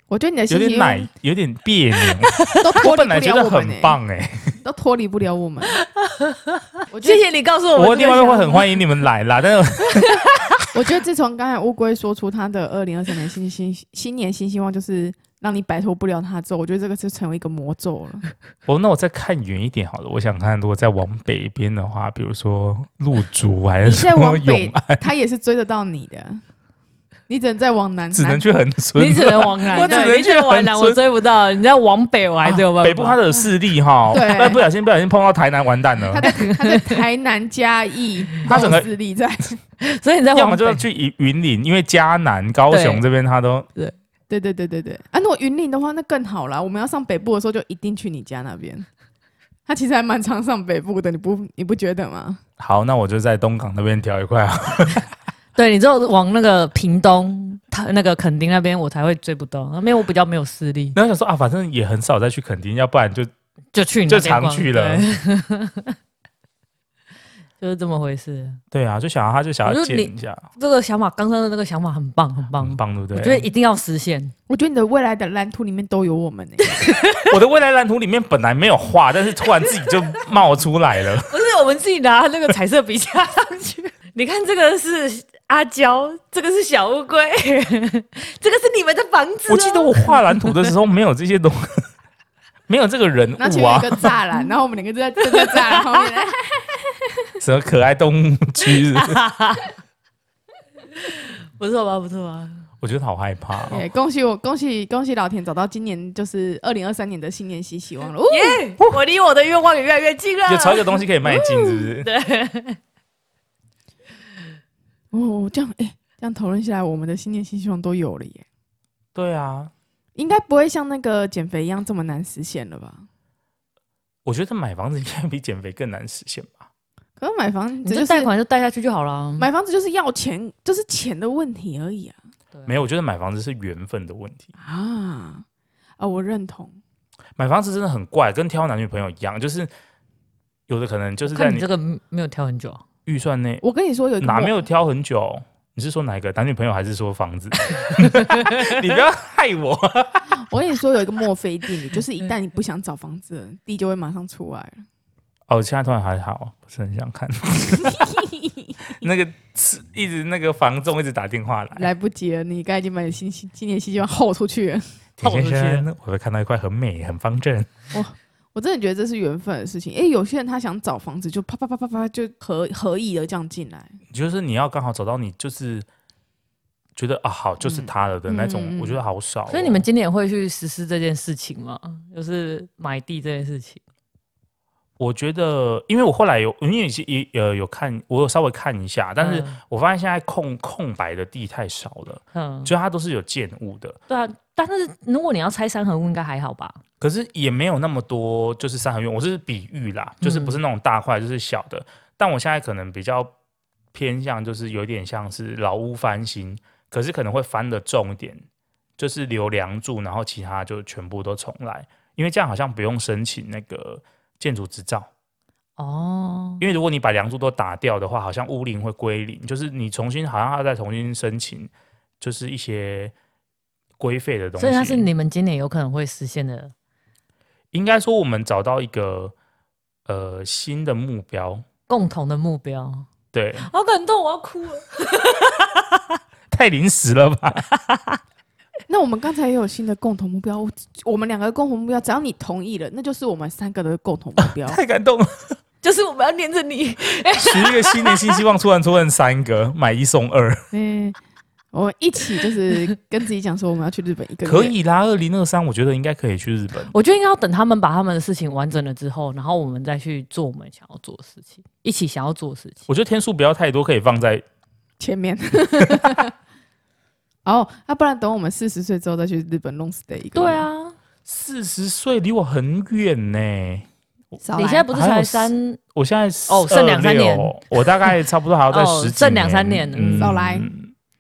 Speaker 3: 我觉得你
Speaker 2: 哎
Speaker 3: 的
Speaker 1: 有
Speaker 3: 心
Speaker 1: 点
Speaker 3: 情
Speaker 1: 奶有点别 扭，
Speaker 3: 都脱
Speaker 1: 我
Speaker 3: 离
Speaker 1: 本
Speaker 3: 不
Speaker 1: 来觉得
Speaker 3: 了我们、欸
Speaker 1: 很，棒哎、
Speaker 3: 都脱离不了我们。 我觉
Speaker 2: 谢
Speaker 3: 得，
Speaker 2: 谢你告诉我们
Speaker 1: 我另
Speaker 2: 这个
Speaker 1: 外
Speaker 2: 想
Speaker 1: 会
Speaker 2: 法
Speaker 1: 很欢迎你们来啦，但是
Speaker 3: 我觉得自从刚才乌龟说出他的二零二三年新新新年新希望，就是让你摆脱不了他之后，我觉得这个是成为一个魔咒 了。
Speaker 1: 我那我再看远一点好了，我想看如果再往北边的话，比如说鹿竹啊还
Speaker 3: 你
Speaker 1: 是
Speaker 3: 再
Speaker 1: 哎什
Speaker 3: 往
Speaker 1: 么
Speaker 3: 北
Speaker 1: 永，
Speaker 3: 他也是追得到你的，你只能再往南，
Speaker 1: 只能
Speaker 3: 南
Speaker 1: 去恒春，
Speaker 2: 你只能往南，
Speaker 1: 我只能
Speaker 2: 对你
Speaker 1: 去
Speaker 2: 往
Speaker 1: 横
Speaker 2: 南，
Speaker 1: 村
Speaker 2: 我追不到。你要往北，我还是有办法。
Speaker 1: 北部它的势力哈，
Speaker 3: 对
Speaker 1: 但不小心不小心碰到台南完蛋
Speaker 3: 他
Speaker 1: 了，，
Speaker 3: 在他在台南嘉义
Speaker 1: 他整个
Speaker 3: 势力在，
Speaker 2: 所以你在
Speaker 1: 要
Speaker 2: 往
Speaker 1: 么
Speaker 2: 哎北
Speaker 1: 就要去云云林，因为嘉南、高雄
Speaker 2: 对
Speaker 1: 这边它都
Speaker 3: 对对对对对。啊，如果云林的话，那更好啦。我们要上北部的时候，就一定去你家那边。他其实还蛮常上北部的，你不你不觉得吗？
Speaker 1: 好，那我就在东港那边挑一块 啊，
Speaker 2: 对你只有往那个屏东、他那个垦丁那边，我才会追不到。那边我比较没有势力，
Speaker 1: 然后想说啊，反正也很少再去垦丁，要不然就
Speaker 2: 就去你那
Speaker 1: 就
Speaker 2: 边
Speaker 1: 常
Speaker 2: 逛
Speaker 1: 去了，
Speaker 2: 对 就是这么回事。
Speaker 1: 对啊，就想要他就想要
Speaker 2: 我就你
Speaker 1: 见一下，
Speaker 2: 这个想法，刚刚的那个想法很棒，很棒，
Speaker 1: 很棒，对不
Speaker 2: 我觉
Speaker 1: 对？
Speaker 2: 得一定要实现。
Speaker 3: 我觉得你的未来的蓝图里面都有我们呢、欸
Speaker 1: 我的未来蓝图里面本来没有 画，但是突然自己就冒出来了。
Speaker 2: 不是我们自己拿那个彩色笔加上去， 你看这个是阿娇，这个是小乌龟，这个是你们的房子、哦
Speaker 1: 我记得我画蓝图的时候没有这些东， 没有这个人
Speaker 3: 然后前
Speaker 1: 物
Speaker 3: 面有
Speaker 1: 啊
Speaker 3: 一，个栅栏，然后我们两个就在站在栅栏后面， 哎
Speaker 1: 什么可爱动物区，
Speaker 2: 不错吧？不错吧？
Speaker 1: 我觉得好害怕、 哦。
Speaker 3: 哎恭喜我，恭喜恭喜老田找到今年就是二零二三年的新年新希望了。哦，
Speaker 2: 耶、我离我的愿望也越来越近了。
Speaker 1: 就朝一个东西可以迈进，是不
Speaker 2: 嗯
Speaker 1: 是？
Speaker 3: 哦，这样哎、这样讨论下来，我们的新年新希望都有了耶，
Speaker 1: 对啊，
Speaker 3: 应该不会像那个减肥一样这么难实现了吧？
Speaker 1: 我觉得买房子应该比减肥更难实现吧。
Speaker 3: 可是买房
Speaker 2: 你
Speaker 3: 子
Speaker 2: 就
Speaker 3: 就
Speaker 2: 是贷款就贷下去就好了。
Speaker 3: 买房子就是要钱，就是钱的问题而已啊
Speaker 1: 没有，我觉得买房子是缘分的问题。
Speaker 3: 啊啊！我认同，
Speaker 1: 买房子真的很怪，跟挑男女朋友一样，就是有的可能就是在
Speaker 2: 看你
Speaker 1: 你
Speaker 2: 这个没有挑很久啊，
Speaker 1: 预算内，
Speaker 3: 我跟你说有一个
Speaker 1: 哪
Speaker 3: 梦
Speaker 1: 没有挑很久？你是说哪一个男女朋友还是说房 子？你不要害我。
Speaker 3: 我跟你说，有一个墨菲定律，就是一旦你不想找房子了，地就会马上出来了。
Speaker 1: 哦，现在突然还好，不是很想看。 那个是一直那个房仲一直打电话来，
Speaker 3: 来不及了，你刚已经把你新新今年新希望吼出去了。
Speaker 1: 田
Speaker 2: 我
Speaker 1: 先
Speaker 2: 出去
Speaker 1: 生，我会看到一块很美、很方正，
Speaker 3: 我真的觉得这是缘分的事情。诶，有些人他想找房子，就啪啪啪啪啪就合合意的这样进来。
Speaker 1: 就是你要刚好找到你就是觉得啊好就是他了的那种，
Speaker 3: 嗯嗯嗯
Speaker 1: 我觉得好少哦、
Speaker 2: 所以你们今年会去实施这件事情吗？就是买地这件事情。
Speaker 1: 我觉得，因为我后来有，因为也呃有看，我有稍微看一下，但是我发现现在空空白的地太少了，
Speaker 2: 嗯，嗯
Speaker 1: 就它都是有建物的，
Speaker 2: 对啊，但是如果你要拆三合屋，应该还好吧？
Speaker 1: 可是也没有那么多，就是三合院，我是比喻啦，就是不是那种大块，就是小的。但我现在可能比较偏向，就是有点像是老屋翻新，可是可能会翻的重一点，就是留梁柱，然后其他就全部都重来，因为这样好像不用申请那个建筑执照。
Speaker 2: 哦，
Speaker 1: 因为如果你把梁柱都打掉的话，好像屋龄会归零，就是你重新好像要再重新申请，就是一些规费的东西。
Speaker 2: 所以它是你们今年有可能会实现的。
Speaker 1: 应该说我们找到一个呃新的目标，
Speaker 2: 共同的目标，
Speaker 1: 对，
Speaker 2: 好感动，我要哭了。
Speaker 1: 太临时了吧？
Speaker 3: 那我们刚才也有新的共同目标，我我们两个的共同目标，只要你同意了，那就是我们三个的共同目标。
Speaker 1: 太感 动了！
Speaker 2: 就是我们要黏着你，
Speaker 1: 许一个新年新希望，突然出现三个，买一送二，
Speaker 3: 嗯，我们一起就是跟自己讲说，我们要去日本一个月。
Speaker 1: 可以啦。二零二三，我觉得应该可以去日本。
Speaker 2: 我觉得应该要等他们把他们的事情完整了之后，然后我们再去做我们想要做的事情，一起想要做的事情。
Speaker 1: 我觉得天数不要太多，可以放在
Speaker 3: 前面。 哦，那、不然等我们四十岁之后再去日本 long stay 一个。
Speaker 2: 对，啊，
Speaker 1: 四十岁，离我很远呢、
Speaker 3: 少
Speaker 2: 你
Speaker 3: 来
Speaker 2: 现在不是
Speaker 1: 还有
Speaker 2: 才
Speaker 1: 四
Speaker 2: 三
Speaker 1: 我现在
Speaker 2: 哦剩两三年
Speaker 1: 26我 大概差不多还要再
Speaker 2: 哦
Speaker 1: 十几
Speaker 2: 剩两三年了
Speaker 1: 嗯
Speaker 3: 少来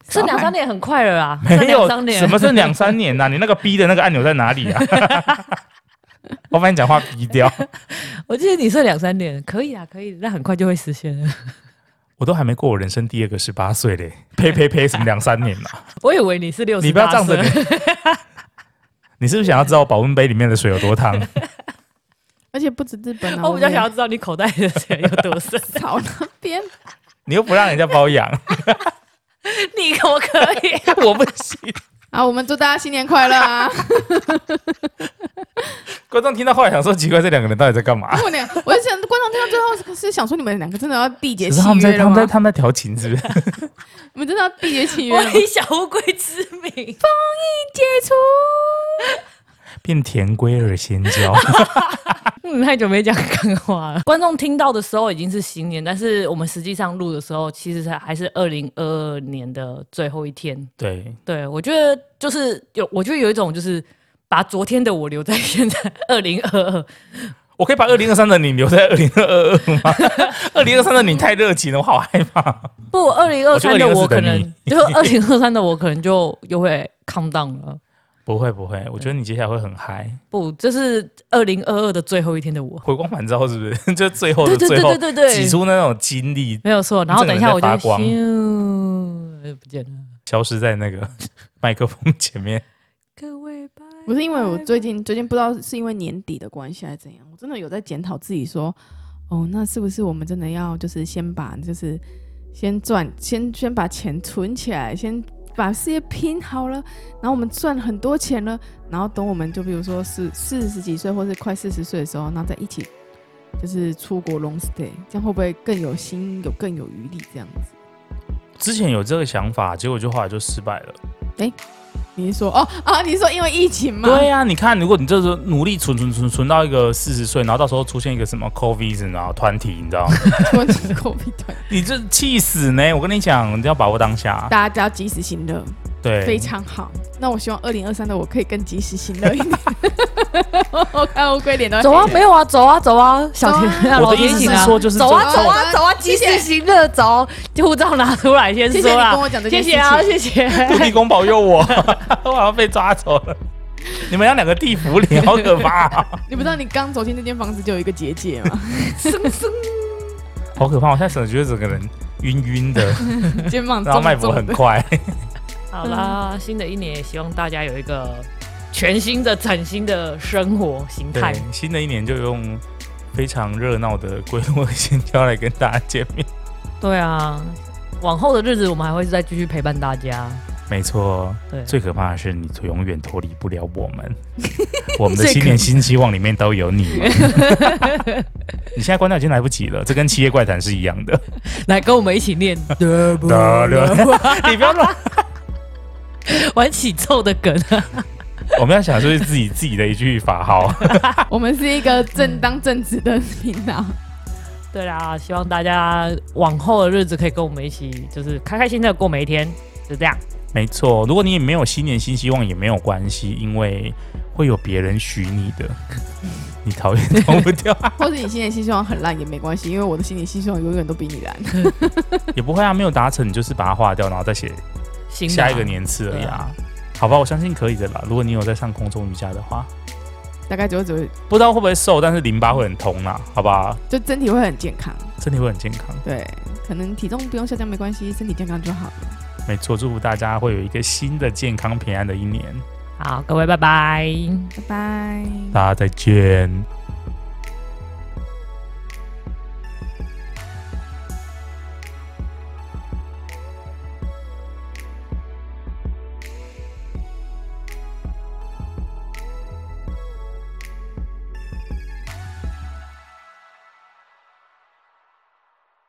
Speaker 2: 剩两三年很快了啦，剩
Speaker 1: 没有
Speaker 2: 两三年
Speaker 1: 什么剩两三年呐、你那个 B 的那个按钮在哪里啊？ 我把你讲话逼掉，
Speaker 2: 我记得你剩两三年，可以啊，可以，那很快就会实现了。
Speaker 1: 我都还没过我人生第二个十八岁嘞，呸呸呸，什么两三年呐、
Speaker 2: 我以为你是六十，
Speaker 1: 你不要仗着你， 你是不是想要知道保温杯里面的水有多烫？
Speaker 3: 而且不止日本啊，
Speaker 2: 我比较
Speaker 3: 们
Speaker 2: 想要知道你口袋的钱有多深，
Speaker 3: 少那边。
Speaker 1: 你又不让人家包养，
Speaker 2: 你可不可以？
Speaker 1: 我不信。
Speaker 3: 啊，我们祝大家新年快乐啊！
Speaker 1: 观众听到后来想说，奇怪，这两个人到底在干嘛？
Speaker 3: 我俩，我就想观众听到最后是是想说，你们两个真的要缔结
Speaker 1: 只
Speaker 3: 契
Speaker 1: 是他们在
Speaker 3: 约
Speaker 1: 他
Speaker 3: 了
Speaker 1: 们
Speaker 3: 吗
Speaker 1: 在？他们在调情，是不是？
Speaker 3: 你们真的要缔结契约
Speaker 2: 我
Speaker 3: 了吗？
Speaker 2: 以小乌龟之名，封印解除。
Speaker 1: 变甜龟儿仙胶，
Speaker 2: 嗯，太久没讲干话了。观众听到的时候已经是新年，但是我们实际上录的时候，其实才还是二零二二年的最后一天。
Speaker 1: 对，
Speaker 2: 对我觉得就是有，我觉得有一种就是把昨天的我留在现在二零二二。
Speaker 1: 我可以把二零二三的你留在二零二二 吗？二零二三的你太热情了，我好害怕。
Speaker 2: 不，二零二三的我
Speaker 1: 我觉得2024的
Speaker 2: 可能
Speaker 1: 你
Speaker 2: 就二零二三的我可能就又会 calm down 了。
Speaker 1: 不会不会，我觉得你接下来会很嗨。
Speaker 2: 不，这是二零二二的最后一天的我，
Speaker 1: 回光返照是不是？ 就最后的
Speaker 2: 对对
Speaker 1: 最后，
Speaker 2: 对对对对
Speaker 1: 挤出那种精力，
Speaker 2: 没有错。然后等一下我就
Speaker 1: 你整个人在发光
Speaker 2: 咻就不见了。
Speaker 1: 消失在那个 麦克风前面。
Speaker 2: 各位拜拜。
Speaker 3: 不是因为
Speaker 2: 嗯
Speaker 3: 我最近最近不知道是因为年底的关系还是怎样，我真的有在检讨自己说，哦，那是不是我们真的要就是先把就是先赚，先先把钱存起来，先把事业拼好了，然后我们赚很多钱了，然后等我们就比如说四四十几岁或是快四十岁的时候，然后再一起就是出国 long stay，这样会不会更有心有更有余力这样子？
Speaker 1: 之前有这个想法，结果就后来就失败了。
Speaker 3: 你是说哦啊？你是说因为疫情吗？
Speaker 1: 对呀、啊你看，如果你这时候努力存存存存到一个四十岁，然后到时候出现一个什么 COVID 然后团体，你知 道吗，
Speaker 3: 突然间 COVID 团，
Speaker 1: 你这气死呢！我跟你讲，你要把握当下，
Speaker 3: 大家只要及时行乐，
Speaker 1: 对，
Speaker 3: 非常好。那我希望二零二三的我可以更及时行乐一点。 我看我鬼脸都
Speaker 2: 走啊，
Speaker 3: 黑了
Speaker 2: 没有啊，走啊，走啊，小田，那
Speaker 1: 我
Speaker 2: 老
Speaker 1: 的
Speaker 2: 田
Speaker 1: 意思
Speaker 2: 请
Speaker 1: 是
Speaker 2: 啊
Speaker 1: 说，就是
Speaker 2: 走啊
Speaker 1: 这
Speaker 2: 走
Speaker 1: 种
Speaker 2: 啊走啊，及时行乐，走，护照拿出来先
Speaker 3: 谢谢
Speaker 2: 说
Speaker 3: 你跟
Speaker 2: 啦，
Speaker 3: 我讲这
Speaker 2: 谢
Speaker 3: 件事
Speaker 2: 谢
Speaker 3: 情。
Speaker 2: 啊，谢谢。
Speaker 1: 土 地公保佑我，我好像被抓走了。你们要两个地府里，好可怕、
Speaker 3: 你不知道你刚走进那间房子就有一个结 界吗？
Speaker 1: 好可怕！我现在整觉得整个人晕晕 的，
Speaker 3: 肩膀
Speaker 1: 然后脉
Speaker 3: 重
Speaker 1: 搏
Speaker 3: 重
Speaker 1: 很
Speaker 3: 的。
Speaker 1: 快。
Speaker 2: 好啦，新的一年也希望大家有一个全新的、崭新的生活形态
Speaker 1: 对。，新的一年就用非常热闹的龟鹿仙交来跟大家见面。
Speaker 2: 对啊，往后的日子我们还会再继续陪伴大家。
Speaker 1: 没错，
Speaker 2: 对，
Speaker 1: 最可怕的是你永远脱离不了我 们，我们的新年新希望里面都有你。 你现在关掉已经来不及了，这跟《七夜怪谈》是一样的。
Speaker 2: 来跟我们一 起念
Speaker 1: 你不要乱，
Speaker 2: 玩起奏的梗，
Speaker 1: 我们要想出自己自己的一句法号。
Speaker 3: 我们是一个正当正直的频道，
Speaker 2: 嗯对啦，希望大家往后的日子可以跟我们一起，就是开开心心的过每一天，就这样。
Speaker 1: 没错，如果你也没有新年新希望也没有关系，因为会有别人许你的，你讨厌逃不掉，
Speaker 3: 或者你新年新希望很烂也没关系，因为我的新年新希望永远都比你烂。
Speaker 1: 也不会啊，没有达成你就是把它划掉，然后再写
Speaker 2: 新的啊
Speaker 1: 下一个年次而已啊。好吧，我相信可以的啦。如果你有在上空中瑜伽的话，
Speaker 3: 大概就只会
Speaker 1: 不知道会不会瘦，但是淋巴会很痛啦，好吧，
Speaker 3: 就身体会很健康，
Speaker 1: 身体会很健康。
Speaker 3: 对，可能体重不用下降没关系，身体健康就好了。
Speaker 1: 没错，祝福大家会有一个新的健康平安的一年，
Speaker 2: 好，各位拜拜。
Speaker 3: 拜拜。
Speaker 1: 大家再见。